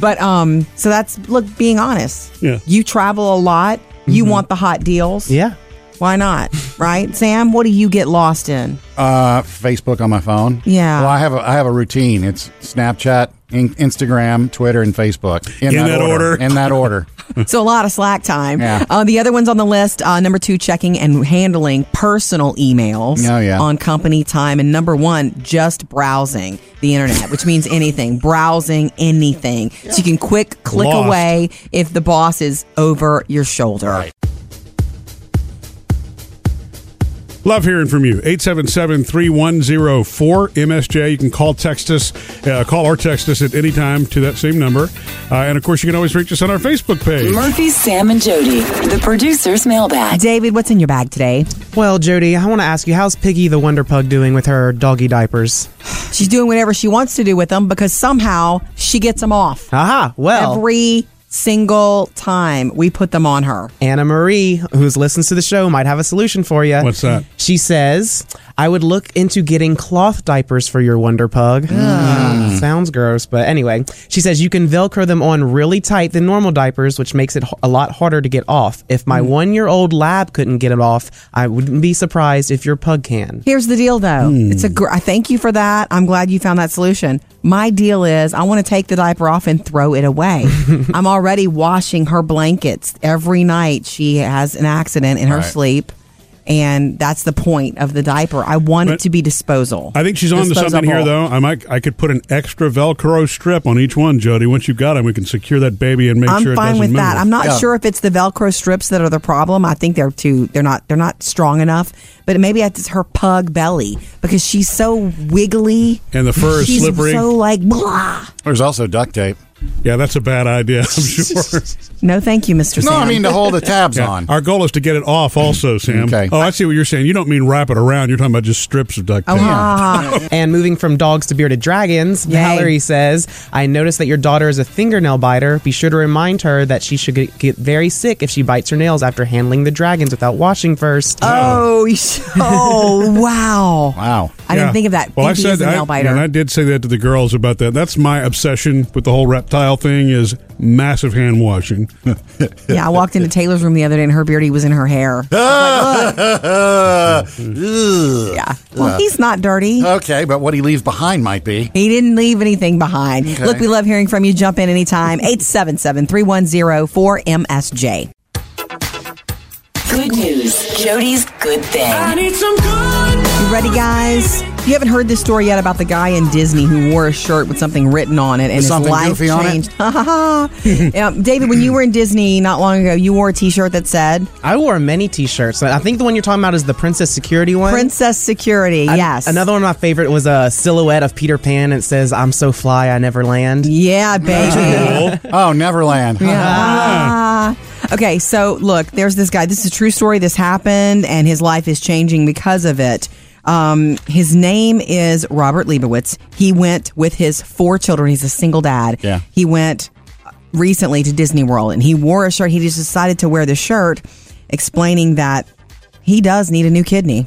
Speaker 3: but um, so that's look being honest.
Speaker 1: Yeah.
Speaker 3: you travel a lot. You want the hot deals.
Speaker 4: Mm-hmm. Yeah.
Speaker 3: why not? Right, Sam? What do you get lost in?
Speaker 5: Uh, Facebook on my phone.
Speaker 3: Yeah.
Speaker 5: Well, I have a, I have a routine. It's Snapchat, in, Instagram, Twitter, and Facebook.
Speaker 1: In that order.
Speaker 5: In that order.
Speaker 3: So a lot of slack time.
Speaker 5: Yeah.
Speaker 3: Uh, the other ones on the list, uh, number two, checking and handling personal emails
Speaker 5: Oh, yeah.
Speaker 3: on company time. And number one, just browsing the internet, which means anything, browsing anything. So you can quick click
Speaker 1: Lost.
Speaker 3: away if the boss is over your shoulder.
Speaker 1: Love hearing from you. 877-3104-MSJ. You can call, text us, uh, call or text us at any time to that same number. Uh, and of course, you can always reach us on our Facebook page.
Speaker 2: Murphy, Sam, and Jody, the producer's mailbag.
Speaker 3: David, what's in your bag today?
Speaker 4: Well, Jody, I want to ask you, how's Piggy the Wonder Pug doing with her doggy diapers?
Speaker 3: She's doing whatever she wants to do with them because somehow she gets them off.
Speaker 4: Aha,
Speaker 5: Oh.
Speaker 4: well,
Speaker 3: Every single time we put them on her.
Speaker 4: Anna Marie, who's listens to the show, might have a solution for you.
Speaker 1: What's that?
Speaker 4: She says, I would look into getting cloth diapers for your Wonder Pug. Ah, Sounds gross, but anyway. She says, you can Velcro them on really tight than normal diapers, which makes it h- a lot harder to get off. If my one year old lab couldn't get it off, I wouldn't be surprised if your pug can.
Speaker 3: Here's the deal, though.
Speaker 1: Hmm.
Speaker 3: It's a. Gr- I thank you for that. I'm glad you found that solution. My deal is, I want to take the diaper off and throw it away. I'm already washing her blankets every night. She has an accident in her
Speaker 7: Right.
Speaker 3: sleep, and that's the point of the diaper. I want
Speaker 1: But-
Speaker 3: it to be disposal.
Speaker 1: I think she's on to something here,
Speaker 3: Disposable.
Speaker 1: though. I might, I could put an extra Velcro strip on each one, Jody. Once you've got them, we can secure that baby and make
Speaker 3: I'm
Speaker 1: sure it
Speaker 3: fine
Speaker 1: doesn't
Speaker 3: with
Speaker 1: move.
Speaker 3: that. I'm not
Speaker 5: Yeah.
Speaker 3: sure if it's the Velcro strips that are the problem. I think they're too. They're not. They're not strong enough. But maybe it's her pug belly because she's so wiggly
Speaker 1: And the fur is
Speaker 3: she's
Speaker 1: slippery.
Speaker 3: So like blah.
Speaker 5: There's also duct tape.
Speaker 1: Yeah, that's a bad idea. I'm sure.
Speaker 3: No, thank you, Mr.
Speaker 5: No,
Speaker 3: Sam.
Speaker 5: I mean to hold the tabs
Speaker 1: Yeah.
Speaker 5: on.
Speaker 1: Our goal is to get it off, also, Sam.
Speaker 5: Okay.
Speaker 1: Oh, I see what you're saying. You don't mean wrap it around. You're talking about just strips of duct
Speaker 3: Oh,
Speaker 1: tape.
Speaker 3: ah.
Speaker 4: And moving from dogs to bearded dragons,
Speaker 3: Yay.
Speaker 4: Valerie says, I noticed that your daughter is a fingernail biter. Be sure to remind her that she should get, get very sick if she bites her nails after handling the dragons without washing first.
Speaker 3: oh, you- oh, wow.
Speaker 5: Wow.
Speaker 3: I
Speaker 1: Yeah.
Speaker 3: didn't think of that.
Speaker 1: Well, I
Speaker 3: Pinky is
Speaker 1: said
Speaker 3: a
Speaker 1: that,
Speaker 3: nail biter.
Speaker 1: and I did say that to the girls about that. That's my obsession with the whole reptile thing is massive hand washing.
Speaker 3: yeah, I walked into Taylor's room the other day, and her beardy was in her hair.
Speaker 5: Ugh.
Speaker 3: Yeah. Well, he's not dirty.
Speaker 5: Okay, but what he leaves behind might be.
Speaker 3: He didn't leave anything behind.
Speaker 5: Okay.
Speaker 3: Look, we love hearing from you. Jump in anytime. 877-310-4MSJ.
Speaker 2: Good news. Jody's good thing.
Speaker 3: You ready, guys? You haven't heard this story yet about the guy in Disney who wore a shirt with something written on it and his
Speaker 5: something
Speaker 3: life
Speaker 5: goofy on it?
Speaker 3: changed. um, David, when you were in Disney not long ago, you wore a T-shirt that said
Speaker 4: I wore many t shirts. I think the one you're talking about is the Princess Security one.
Speaker 3: "Princess Security."
Speaker 4: An-
Speaker 3: yes,
Speaker 4: Another one of my favorite was a silhouette of Peter Pan and it says, I'm so fly, I never land.
Speaker 3: Yeah, baby.
Speaker 5: Oh, Neverland.
Speaker 3: Ah. Okay, so look, there's this guy. This is a true story. This happened, and his life is changing because of it. Um, his name is Robert Leibowitz. He went with his four children. He's a single dad.
Speaker 5: Yeah.
Speaker 3: He went recently to Disney World, and he wore a shirt. He just decided to wear the shirt, explaining that he does need a new kidney.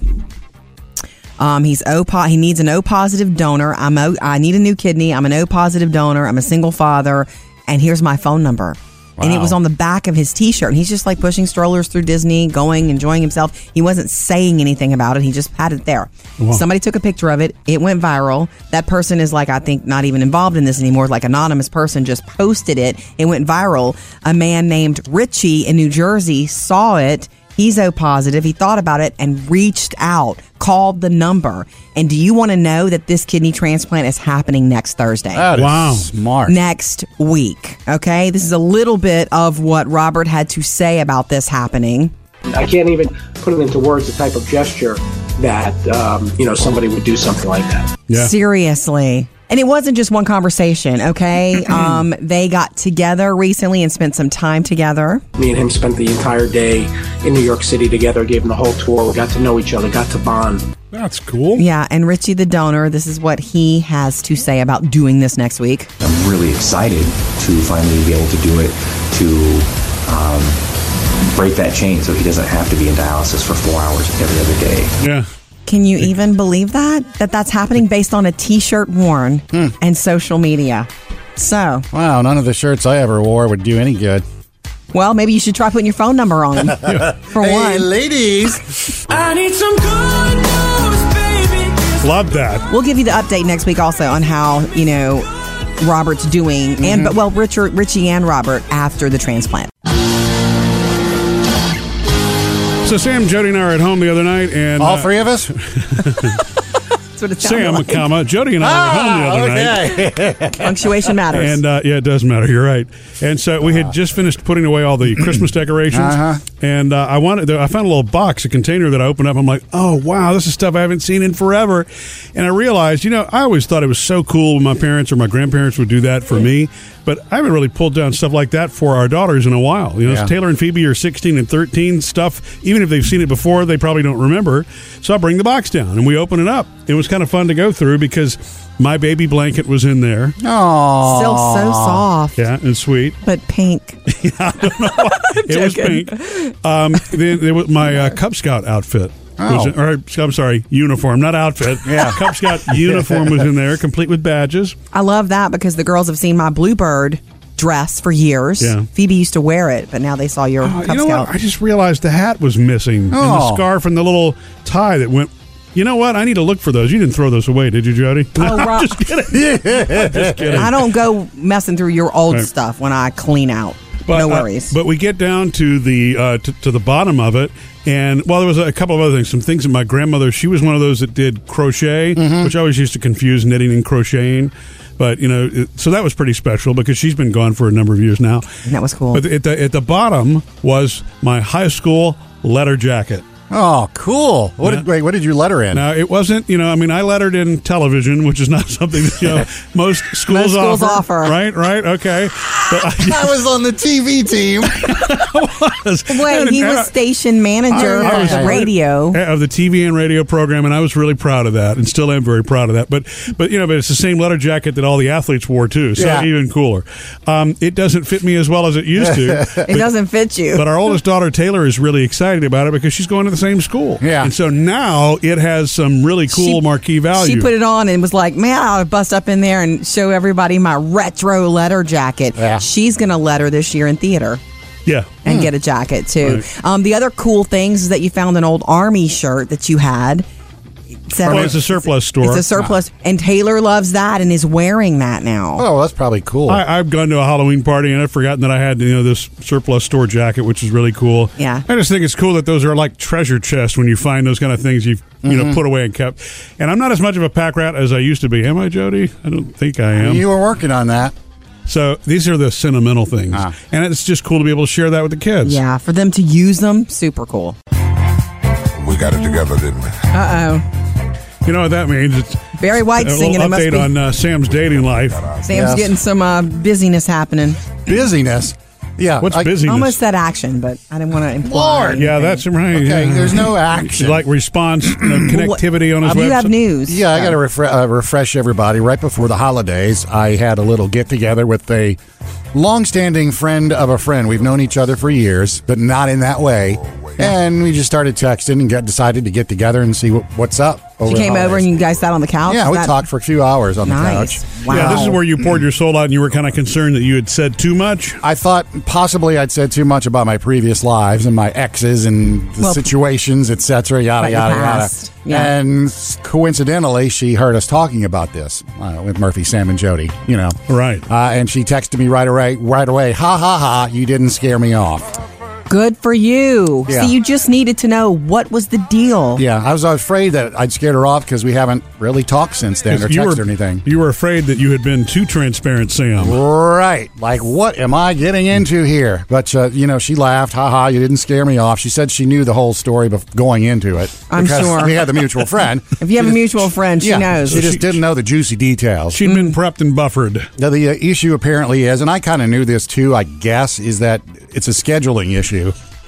Speaker 3: Um, he's O po- he needs an O positive donor. I'm o- I need a new kidney. I'm an O positive donor. I'm a single father, and here's my phone number. And it
Speaker 5: Wow.
Speaker 3: was on the back of his T-shirt. And he's just like pushing strollers through Disney, going, enjoying himself. He wasn't saying anything about it. He just had it there. Somebody took a picture of it. It went viral. That person is like, I think, not even involved in this anymore. Like anonymous person just posted it. It went viral. A man named Richie in New Jersey saw it. He's O positive. He thought about it and reached out, called the number. And do you want to know that this kidney transplant is happening next Thursday?
Speaker 5: That is
Speaker 1: Wow.
Speaker 5: smart.
Speaker 3: next week. Okay. This is a little bit of what Robert had to say about this happening.
Speaker 8: I can't even put it into words the type of gesture that um, you know somebody would do something like that.
Speaker 1: Yeah.
Speaker 3: Seriously. And it wasn't just one conversation, okay? um, they got together recently and spent some time together.
Speaker 8: Me and him spent the entire day in New York City together. Gave him the whole tour. We got to know each other. Got to bond.
Speaker 1: That's cool.
Speaker 3: Yeah, and Richie the donor, this is what he has to say about doing this next week.
Speaker 9: I'm really excited to finally be able to do it to um, break that chain so he doesn't have to be in dialysis for four hours every other day.
Speaker 1: Yeah.
Speaker 3: Can you even believe that? That that's happening based on a t-shirt worn and social media. So,
Speaker 5: Wow, none of the shirts I ever wore would do any good.
Speaker 3: well, maybe you should try putting your phone number on for one.
Speaker 5: ladies.
Speaker 1: Love that.
Speaker 3: We'll give you the update next week also on how, you know, Robert's doing and
Speaker 1: Mm-hmm.
Speaker 3: but well Richard Richie and Robert after the transplant.
Speaker 1: So Sam, Jody, and I were at home the other night, and
Speaker 5: All
Speaker 1: uh,
Speaker 5: three of Ah, us?
Speaker 3: That's what it sounded
Speaker 1: Sam,
Speaker 3: like.
Speaker 1: comma, Jody and I were home the other night.
Speaker 3: Punctuation matters.
Speaker 1: And uh, yeah, it does matter. You're right. And so we had just finished putting away all the Christmas decorations,
Speaker 5: Uh-huh.
Speaker 1: and uh, I wanted. I found a little box, a container that I opened up. I'm like, oh wow, this is stuff I haven't seen in forever. And I realized, you know, I always thought it was so cool when my parents or my grandparents would do that for me, but I haven't really pulled down stuff like that for our daughters in a while. You know,
Speaker 5: Yeah.
Speaker 1: Taylor and Phoebe are 16 and 13 stuff. Even if they've seen it before, they probably don't remember. So I bring the box down and we open it up. It was kind of fun to go through because my baby blanket was in there.
Speaker 3: Still so
Speaker 1: uh,
Speaker 3: soft,
Speaker 1: Yeah, and sweet.
Speaker 3: but pink.
Speaker 1: It was
Speaker 3: Joking.
Speaker 1: pink. Um, then there was my uh, Cub Scout outfit. Was
Speaker 5: Oh.
Speaker 1: in- or, I'm sorry, uniform, not outfit. Yeah. Cub Scout uniform was in there, complete with badges.
Speaker 3: I love that because the girls have seen my bluebird dress for years.
Speaker 1: Yeah.
Speaker 3: Phoebe used to wear it, but now they saw your
Speaker 1: Uh,
Speaker 3: Cub
Speaker 1: you know
Speaker 3: Scout.
Speaker 1: what? I just realized the hat was missing and the
Speaker 5: Oh.
Speaker 1: scarf and the little tie that went. You know what? I need to look for those. You didn't throw those away, did you, Jody?
Speaker 3: Oh, right.
Speaker 1: just kidding.
Speaker 3: I don't go messing through your old stuff when I clean out. no
Speaker 1: uh,
Speaker 3: worries.
Speaker 1: but we get down to the uh, to, to the bottom of it, and well, there was a couple of other things. Some things that my grandmother, she was one of those that did crochet,
Speaker 3: Mm-hmm.
Speaker 1: which I always used to confuse knitting and crocheting. But you know, it, so that was pretty special because she's been gone for a number of years now.
Speaker 3: that was cool.
Speaker 1: But at the at the bottom was my high school letter jacket.
Speaker 5: Oh, cool. What
Speaker 1: Yeah.
Speaker 5: did, wait, what did you let her in?
Speaker 1: Now it wasn't, you know, I mean, I lettered in television, which is not something that you know most schools,
Speaker 3: schools offer.
Speaker 1: Right, right, okay. But I,
Speaker 5: I was on the TV team.
Speaker 1: was,
Speaker 3: Wait,
Speaker 1: and-
Speaker 3: he
Speaker 1: and I-
Speaker 3: was station manager
Speaker 1: I- I
Speaker 3: of
Speaker 1: was-
Speaker 3: the radio.
Speaker 1: of the TV and radio program, and I was really proud of that, and still am very proud of that. But but you know, but it's the same letter jacket that all the athletes wore too, so
Speaker 5: Yeah.
Speaker 1: even cooler. Um, it doesn't fit me as well as it used to.
Speaker 3: It doesn't fit you.
Speaker 1: But our oldest daughter Taylor is really excited about it because she's going to the same school.
Speaker 5: Yeah.
Speaker 1: and so now it has some really cool marquee value.
Speaker 3: She put it on and was like, "Man, I ought to bust up in there and show everybody my retro letter jacket."
Speaker 5: Yeah.
Speaker 3: She's gonna letter this year in theater
Speaker 1: yeah,
Speaker 3: and get a jacket too.
Speaker 1: Hmm. Right.
Speaker 3: Um, the other cool things is that you found an old army shirt that you had. Said
Speaker 1: well, it's a surplus store.
Speaker 3: It's a surplus, and Taylor loves that and is wearing that now.
Speaker 5: Oh, that's probably cool.
Speaker 1: I, I've gone to a Halloween party and I've forgotten that I had you know this surplus store jacket, which is really cool.
Speaker 3: Yeah.
Speaker 1: I just think it's cool that those are like treasure chests when you find those kind of things you've you
Speaker 3: Mm-hmm.
Speaker 1: know put away and kept. And I'm not as much of a pack rat as I used to be, am I, Jody? I don't think I am.
Speaker 5: you were working on that.
Speaker 1: so these are the sentimental things,
Speaker 5: Ah.
Speaker 1: and it's just cool to be able to share that with the kids.
Speaker 3: Yeah, for them to use them, super cool.
Speaker 10: We got it together, didn't we?
Speaker 3: Uh oh,
Speaker 1: You know what that means? It's
Speaker 3: Barry White
Speaker 1: a little
Speaker 3: singing. It must
Speaker 1: update
Speaker 3: be
Speaker 1: on uh, Sam's dating life.
Speaker 3: Sam's
Speaker 5: Yes.
Speaker 3: getting some uh, busyness happening.
Speaker 5: Busyness. Yeah.
Speaker 1: What's
Speaker 5: I-
Speaker 1: busyness?
Speaker 3: Almost said action, but I didn't want to imply.
Speaker 5: Lord.
Speaker 1: Yeah, that's right.
Speaker 5: Okay,
Speaker 1: yeah.
Speaker 5: there's no action.
Speaker 1: like response you know,
Speaker 3: What-
Speaker 1: connectivity on his
Speaker 3: Um, You have
Speaker 1: website.
Speaker 3: news.
Speaker 5: Yeah, I got to refre- uh, refresh everybody. Right before the holidays, I had a little get together with a longstanding friend of a friend. We've known each other for years, but not in that way. And we just started texting and got decided to get together and see what, what's up.
Speaker 3: She
Speaker 5: the
Speaker 3: came over and
Speaker 5: holidays.
Speaker 3: you guys sat on the couch.
Speaker 5: yeah,
Speaker 3: Is
Speaker 5: we
Speaker 3: that-
Speaker 5: talked for a few hours on
Speaker 3: Nice.
Speaker 5: the couch.
Speaker 3: Wow.
Speaker 1: Yeah, this is where you poured your soul out and you were kind of concerned that you had said too much.
Speaker 5: I thought possibly I'd said too much about my previous lives and my exes and the
Speaker 3: Well,
Speaker 5: situations, etc. Yada
Speaker 3: about your
Speaker 5: yada
Speaker 3: past.
Speaker 5: yada.
Speaker 3: Yeah.
Speaker 5: And s- coincidentally, she heard us talking about this uh, with Murphy, Sam, and Jody. You know,
Speaker 1: Right.
Speaker 5: Uh, and she texted me right away, right away. Ha ha ha! You didn't scare me off.
Speaker 3: Good for you.
Speaker 5: Yeah.
Speaker 3: See, you just needed to know what was the deal.
Speaker 5: Yeah, I was afraid that I'd scared her off because we haven't really talked since then or
Speaker 1: you
Speaker 5: texted
Speaker 1: were,
Speaker 5: or anything.
Speaker 1: You were afraid that you had been too transparent, Sam.
Speaker 5: Right. Like, what am I getting into here? But, uh, you know, she laughed. Ha ha, you didn't scare me off. She said she knew the whole story bef- going into it.
Speaker 3: I'm
Speaker 5: because
Speaker 3: sure.
Speaker 5: We had the mutual friend.
Speaker 3: If you have a mutual friend, she
Speaker 5: yeah,
Speaker 3: knows.
Speaker 5: She just didn't know the juicy details.
Speaker 1: She'd been prepped and buffered.
Speaker 5: Now, the uh, issue apparently is, and I kind of knew this too, I guess, is that it's a scheduling issue.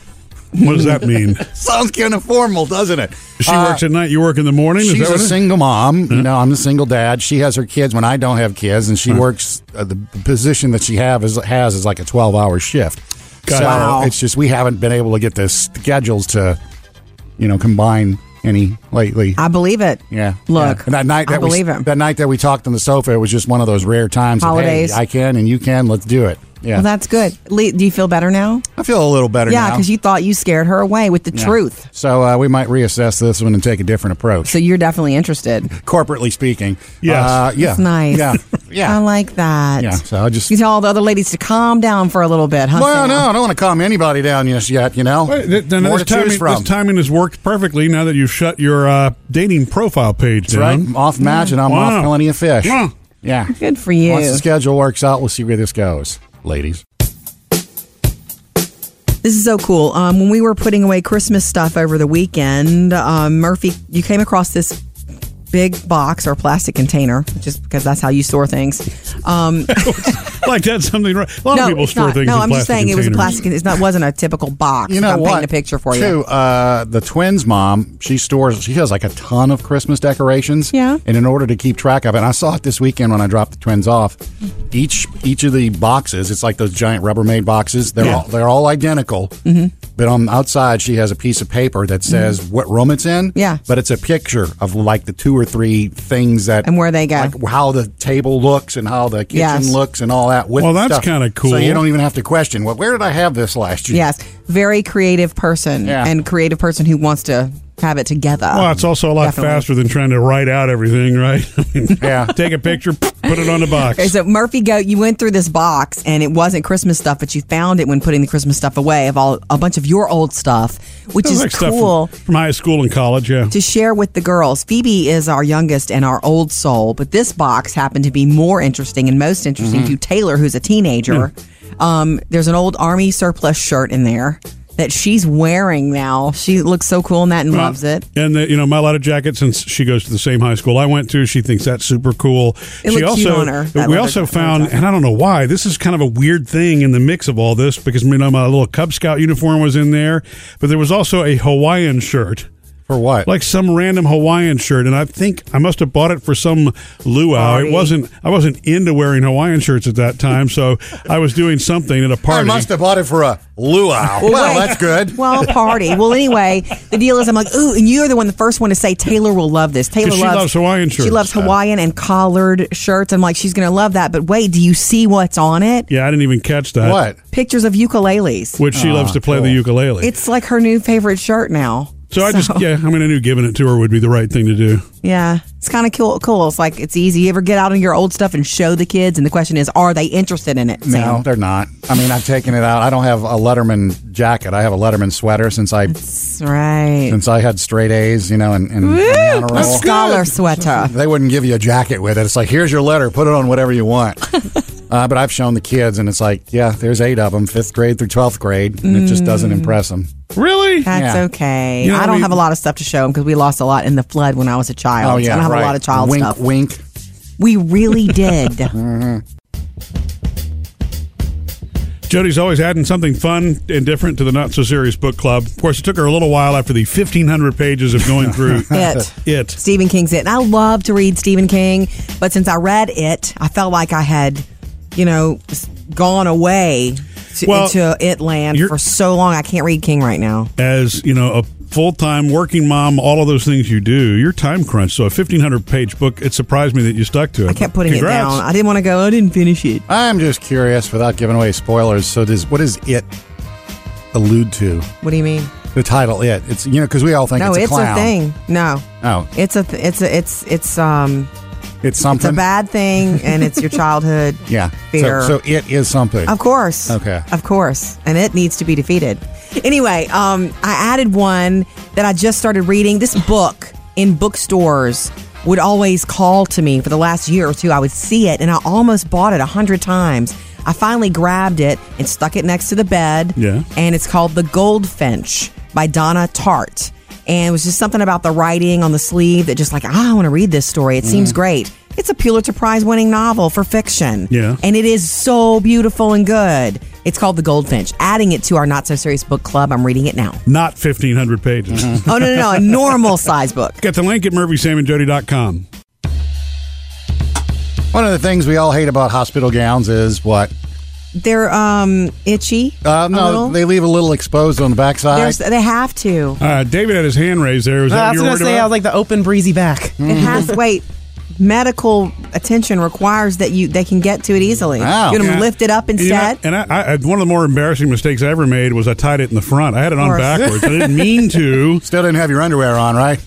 Speaker 1: What does that mean?
Speaker 5: Sounds kind of formal, doesn't it?
Speaker 1: She
Speaker 5: Uh,
Speaker 1: works at night, you work in the morning? Is that
Speaker 5: She's
Speaker 1: what
Speaker 5: a
Speaker 1: it is?
Speaker 5: single mom. You know, I'm a single dad. She has her kids when I don't have kids, and she works uh, the position that she have is, has is like a 12 hour shift.
Speaker 1: Got
Speaker 5: so
Speaker 1: it. Wow.
Speaker 5: it's just we haven't been able to get the schedules to, you know, combine any lately.
Speaker 3: I believe it.
Speaker 5: yeah.
Speaker 3: Look,
Speaker 5: Yeah. And that night that
Speaker 3: I believe
Speaker 5: we,
Speaker 3: him.
Speaker 5: that night that we talked on the sofa, it was just one of those rare times. of,
Speaker 3: Holidays.
Speaker 5: hey, I can and you can. Let's do it. Yeah.
Speaker 3: Well, that's good. Lee, do you feel better now?
Speaker 5: I feel a little better
Speaker 3: yeah,
Speaker 5: now.
Speaker 3: because you thought you scared her away with the
Speaker 5: Yeah.
Speaker 3: truth.
Speaker 5: So uh, we might reassess this one and take a different approach,
Speaker 3: So you're definitely interested.
Speaker 5: corporately speaking.
Speaker 1: Yes.
Speaker 5: Uh, yeah.
Speaker 3: That's nice.
Speaker 5: Yeah.
Speaker 3: I
Speaker 5: Yeah.
Speaker 3: like that.
Speaker 5: Yeah. So I just.
Speaker 3: You tell all the other ladies to calm down for a little bit, huh?
Speaker 5: Well,
Speaker 3: Sam?
Speaker 5: no, I don't want to calm anybody down just yet. You know,
Speaker 1: Wait, th- then
Speaker 5: more
Speaker 1: this,
Speaker 5: to choose
Speaker 1: timing,
Speaker 5: from.
Speaker 1: this timing has worked perfectly now that you've shut your uh, dating profile page
Speaker 5: That's right.
Speaker 1: down.
Speaker 5: I'm off match, and I'm
Speaker 1: Wow.
Speaker 5: off plenty of fish.
Speaker 1: Wow.
Speaker 5: Yeah.
Speaker 3: Good for you.
Speaker 5: Once the schedule works out, we'll see where this goes, ladies.
Speaker 3: This is so cool. Um, when we were putting away Christmas stuff over the weekend, um, Murphy, you came across this big box or plastic container, just because that's how you store things. Um,
Speaker 1: Like that's something. Right. A lot of
Speaker 3: no,
Speaker 1: people
Speaker 3: it's
Speaker 1: store
Speaker 3: not.
Speaker 1: things.
Speaker 3: No,
Speaker 1: in
Speaker 3: I'm just
Speaker 1: plastic
Speaker 3: saying it was a
Speaker 1: containers.
Speaker 3: plastic. It's not wasn't a typical box.
Speaker 5: You know
Speaker 3: I'm
Speaker 5: what?
Speaker 3: painting a picture for
Speaker 5: Too,
Speaker 3: you.
Speaker 5: uh, the twins' mom, she stores. She has like a ton of Christmas decorations.
Speaker 3: Yeah.
Speaker 5: And in order to keep track of it, and I saw it this weekend when I dropped the twins off. Each each of the boxes, it's like those giant Rubbermaid boxes. They're
Speaker 1: Yeah.
Speaker 5: all they're all identical. Mm-hmm. But on the outside, she has a piece of paper that says what room it's in.
Speaker 3: Mm-hmm. Yeah.
Speaker 5: But it's a picture of like the two or three things that
Speaker 3: And where they go.
Speaker 5: like how the table looks and how the kitchen
Speaker 3: Yes.
Speaker 5: looks and all that. With
Speaker 1: Well, that's
Speaker 5: stuff.
Speaker 1: kinda cool.
Speaker 5: So you don't even have to question. Well, where did I have this last year?
Speaker 3: Yes, very creative person
Speaker 5: Yeah.
Speaker 3: and creative person who wants to have it together.
Speaker 1: Well, it's also a lot
Speaker 3: Definitely.
Speaker 1: faster than trying to write out everything, right? I mean,
Speaker 5: Yeah.
Speaker 1: Take a picture, put it on the box.
Speaker 3: Okay, so Murphy, go. You went through this box, and it wasn't Christmas stuff, but you found it when putting the Christmas stuff away of all a bunch of your old stuff, which
Speaker 1: That was
Speaker 3: is
Speaker 1: like stuff from-
Speaker 3: cool
Speaker 1: from, high school and college. Yeah.
Speaker 3: to share with the girls. Phoebe is our youngest and our old soul, but this box happened to be more interesting and most interesting
Speaker 1: Mm-hmm.
Speaker 3: to Taylor, who's a teenager. Um, there's an old army surplus shirt in there that she's wearing now. She looks so cool in that and loves it.
Speaker 1: Uh, And the, you know, my lot of jacket since she goes to the same high school I went to, she thinks that's super cool. she
Speaker 3: It looked
Speaker 1: also,
Speaker 3: cute on her, that
Speaker 1: we
Speaker 3: leather
Speaker 1: also
Speaker 3: jacket.
Speaker 1: found, and I don't know why, this is kind of a weird thing in the mix of all this because you know my little Cub Scout uniform was in there, but there was also a Hawaiian shirt.
Speaker 5: For what?
Speaker 1: Like some random Hawaiian shirt, and I think I must have bought it for some luau.
Speaker 3: Party.
Speaker 1: It wasn't. I wasn't into wearing Hawaiian shirts at that time, so I was doing something at a party.
Speaker 5: I must have bought it for a luau. Well,
Speaker 3: wait.
Speaker 5: that's good.
Speaker 3: Well, party. Well, anyway, the deal is I'm like, ooh, and you're the one, the first one to say Taylor will love this. Taylor
Speaker 1: 'Cause she loves Hawaiian
Speaker 3: She
Speaker 1: shirts.
Speaker 3: loves Hawaiian and collared shirts. I'm like, she's going to love that. But wait, do you see what's on it?
Speaker 1: Yeah, I didn't even catch that.
Speaker 5: What?
Speaker 3: Pictures of ukuleles.
Speaker 1: Which she loves to play the ukulele.
Speaker 3: It's like her new favorite shirt now.
Speaker 1: so I just, yeah, I mean, I knew giving it to her would be the right thing to do.
Speaker 3: Yeah, it's kind of cool. Cool. It's like it's easy. You ever get out on your old stuff and show the kids, and the question is, are they interested in it? Sam?
Speaker 5: No, they're not. I mean, I've taken it out. I don't have a Letterman jacket. I have a Letterman sweater since I
Speaker 3: that's right.
Speaker 5: since I had straight A's, you know, and, and, and honor
Speaker 3: A
Speaker 5: roll.
Speaker 3: scholar sweater.
Speaker 5: They wouldn't give you a jacket with it. It's like, here's your letter. Put it on whatever you want. uh, but I've shown the kids, and it's like, yeah, there's eight of them, fifth grade through 12th grade, and it just
Speaker 3: Mm.
Speaker 5: doesn't impress them.
Speaker 1: Really?
Speaker 3: That's
Speaker 5: Yeah.
Speaker 3: okay.
Speaker 1: You know
Speaker 3: I
Speaker 1: what I
Speaker 3: don't
Speaker 1: mean?
Speaker 3: have a lot of stuff to show them because we lost a lot in the flood when I was a child. So
Speaker 5: Oh, yeah.
Speaker 3: I don't have
Speaker 5: right.
Speaker 3: a lot of child
Speaker 5: wink,
Speaker 3: stuff.
Speaker 5: Wink,
Speaker 3: We really did.
Speaker 1: Jody's always adding something fun and different to the Not So Serious Book Club. Of course, it took her a little while after the 1,500 pages of going through
Speaker 3: it.
Speaker 1: it.
Speaker 3: Stephen King's it. And I love to read Stephen King, but since I read it, I felt like I had, you know, s- gone away to,
Speaker 1: Well,
Speaker 3: into it land
Speaker 1: you're-
Speaker 3: for so long. I can't read King right now.
Speaker 1: As, you know, a full time working mom, all of those things you do, you're time crunched. So a 1,500 page book, it surprised me that you stuck to it.
Speaker 3: I kept putting
Speaker 1: Congrats.
Speaker 3: it down. I didn't want to go. I didn't finish it.
Speaker 5: I'm just curious, without giving away spoilers. So, does what does it allude to?
Speaker 3: What do you mean?
Speaker 5: The title, it. It's you know because we all think
Speaker 3: No,
Speaker 5: it's a
Speaker 3: it's a,
Speaker 5: clown.
Speaker 3: thing. No,
Speaker 5: Oh,
Speaker 3: it's a th- it's a it's it's um
Speaker 5: it's
Speaker 3: it's
Speaker 5: something.
Speaker 3: a bad thing, and it's your childhood.
Speaker 5: yeah. So-
Speaker 3: fear.
Speaker 5: So, it is something.
Speaker 3: Of course.
Speaker 5: Okay.
Speaker 3: Of course. And it needs to be defeated. Anyway, um, I added one that I just started reading. This book in bookstores would always call to me for the last year or two. I would see it and I almost bought it a hundred times. I finally grabbed it and stuck it next to the bed.
Speaker 1: Yeah.
Speaker 3: And it's called The Goldfinch by Donna Tartt. And it was just something about the writing on the sleeve that just like, ah, I want to read this story. It seems great. It's a Pulitzer Prize winning novel for fiction.
Speaker 1: Yeah.
Speaker 3: And it is so beautiful and good. It's called The Goldfinch. Adding it to our Not So Serious Book Club. I'm reading it now.
Speaker 1: Not 1,500 pages.
Speaker 3: Oh, no, no, no. A normal size book.
Speaker 1: Get the link at murphysamandjody.com.
Speaker 5: One of the things we all hate about hospital gowns is what?
Speaker 3: They're um itchy.
Speaker 5: Uh,
Speaker 3: a
Speaker 5: no,
Speaker 3: little.
Speaker 5: they leave a little exposed on the backside.
Speaker 3: There's- they have to.
Speaker 1: Uh, David had his hand raised there. Is
Speaker 4: I
Speaker 1: that what
Speaker 4: was
Speaker 1: you were
Speaker 4: gonna
Speaker 1: worried
Speaker 4: say I
Speaker 1: about?
Speaker 3: Mm.
Speaker 4: was like the open breezy back.
Speaker 3: It has. Wait. medical attention requires that you they can get to it easily. You want them to lift it up
Speaker 1: And you know-
Speaker 3: instead.
Speaker 1: And, I, I, one of the more embarrassing mistakes I ever made was I tied it in the front. I had it
Speaker 3: Of
Speaker 1: on
Speaker 3: course.
Speaker 1: backwards. I didn't mean to.
Speaker 5: Still didn't have your underwear on, right?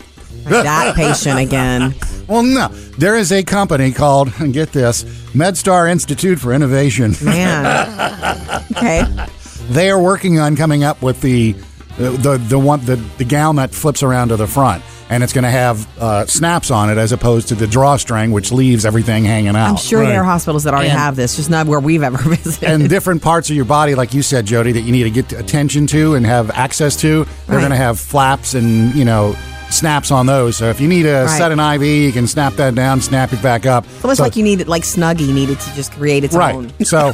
Speaker 3: That patient again.
Speaker 5: Well, no. There is a company called, get this, MedStar Institute for Innovation.
Speaker 3: Mm. Man. Okay.
Speaker 5: They are working on coming up with the the the one the, the gown that flips around to the front, and it's going to have uh, snaps on it as opposed to the drawstring, which leaves everything hanging out.
Speaker 3: I'm sure there are
Speaker 1: right.
Speaker 3: hospitals that already
Speaker 5: Oh, And-
Speaker 3: have this, just not where we've ever visited.
Speaker 5: and different parts of your body, like you said, Jody, that you need to get attention to and have access to, they're
Speaker 3: Right.
Speaker 5: going to have flaps and you know snaps on those. So if you need to
Speaker 3: Right.
Speaker 5: set an IV, you can snap that down, snap it back up.
Speaker 3: Almost
Speaker 5: So-
Speaker 3: like you needed, like Snuggie needed to just create its own.
Speaker 5: right. So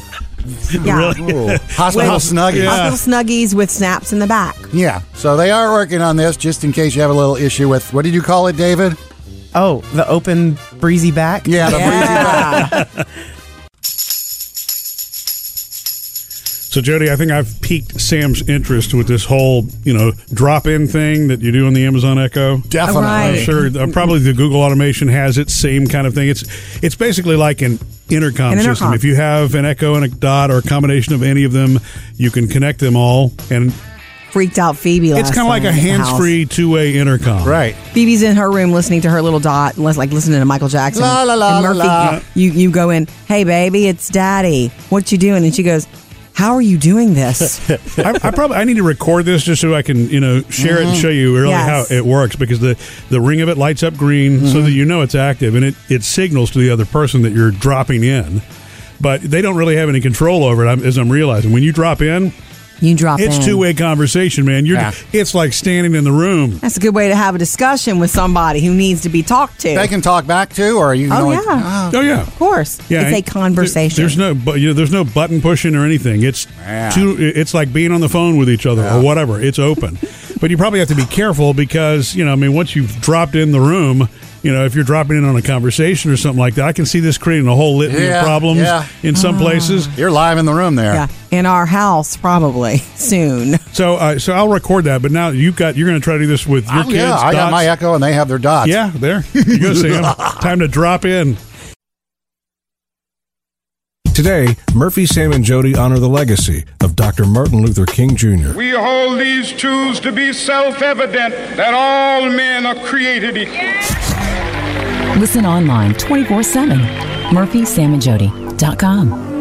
Speaker 3: Yeah.
Speaker 5: Ooh. hospital
Speaker 3: With-
Speaker 5: snuggie. Yeah.
Speaker 3: Hospital Snuggies with snaps in the back.
Speaker 5: So they are working on this, just in case you have a little issue with what did you call it, David?
Speaker 4: Oh, the open breezy back.
Speaker 5: Yeah, the breezy
Speaker 1: So, Jody, I think I've piqued Sam's interest with this whole, you know, drop in thing that you do on the Amazon Echo.
Speaker 5: Definitely.
Speaker 1: I'm
Speaker 3: Right.
Speaker 1: sure uh, probably the Google automation has its same kind of thing. It's it's basically like an intercom
Speaker 3: An
Speaker 1: system.
Speaker 3: intercom.
Speaker 1: If you have an Echo and a Dot or a combination of any of them, you can connect them all, and
Speaker 3: Freaked out Phoebe last
Speaker 1: it's kind of like
Speaker 3: night
Speaker 1: a
Speaker 3: at the house.
Speaker 1: hands-free two-way intercom.
Speaker 5: Right.
Speaker 3: Phoebe's in her room listening to her little dot, lis- like listening to Michael Jackson.
Speaker 5: La, la, la,
Speaker 3: and Murphy,
Speaker 5: la, la.
Speaker 3: you you go in, hey baby, it's daddy. What you doing? And she goes, how are you doing this?
Speaker 1: I, I probably I need to record this just so I can you know share it and show you really
Speaker 3: Yes.
Speaker 1: how it works because the the ring of it lights up green so that you know it's active and it it signals to the other person that you're dropping in, but they don't really have any control over it I'm, as I'm realizing when you drop in
Speaker 3: you drop.
Speaker 1: it's
Speaker 3: in.
Speaker 1: two way conversation man you're
Speaker 5: Yeah.
Speaker 1: it's like standing in the room
Speaker 3: That's a good way to have a discussion with somebody who needs to be talked to.
Speaker 5: They can talk back to, or you can
Speaker 3: Oh,
Speaker 5: only-
Speaker 3: yeah.
Speaker 1: oh yeah.
Speaker 3: of course,
Speaker 1: Yeah,
Speaker 3: it's a
Speaker 1: and
Speaker 3: conversation.
Speaker 1: There, there's no, but you know, there's no button pushing or anything. It's
Speaker 5: Yeah.
Speaker 1: two. It's like being on the phone with each other or whatever. It's open, but you probably have to be careful because you know, I mean, once you've dropped in the room, you know, if you're dropping in on a conversation or something like that, I can see this creating a whole litany
Speaker 5: Yeah,
Speaker 1: of problems
Speaker 5: yeah.
Speaker 1: in
Speaker 3: Ah.
Speaker 1: some places.
Speaker 5: You're live in the room there.
Speaker 3: yeah, in our house probably soon.
Speaker 1: So, uh, so I'll record that. But now you've got you're going to try to do this with your
Speaker 5: Oh,
Speaker 1: kids.
Speaker 5: yeah, I got
Speaker 1: Dots.
Speaker 5: my Echo, and they have their dots.
Speaker 1: Yeah, there you go, Sam. Time to drop in.
Speaker 10: Today, Murphy, Sam, and Jody honor the legacy of Dr. Martin Luther King Jr.
Speaker 11: We hold these truths to be self evident that all men are created equal.
Speaker 2: Listen online 24 7. MurphySamandJody.com.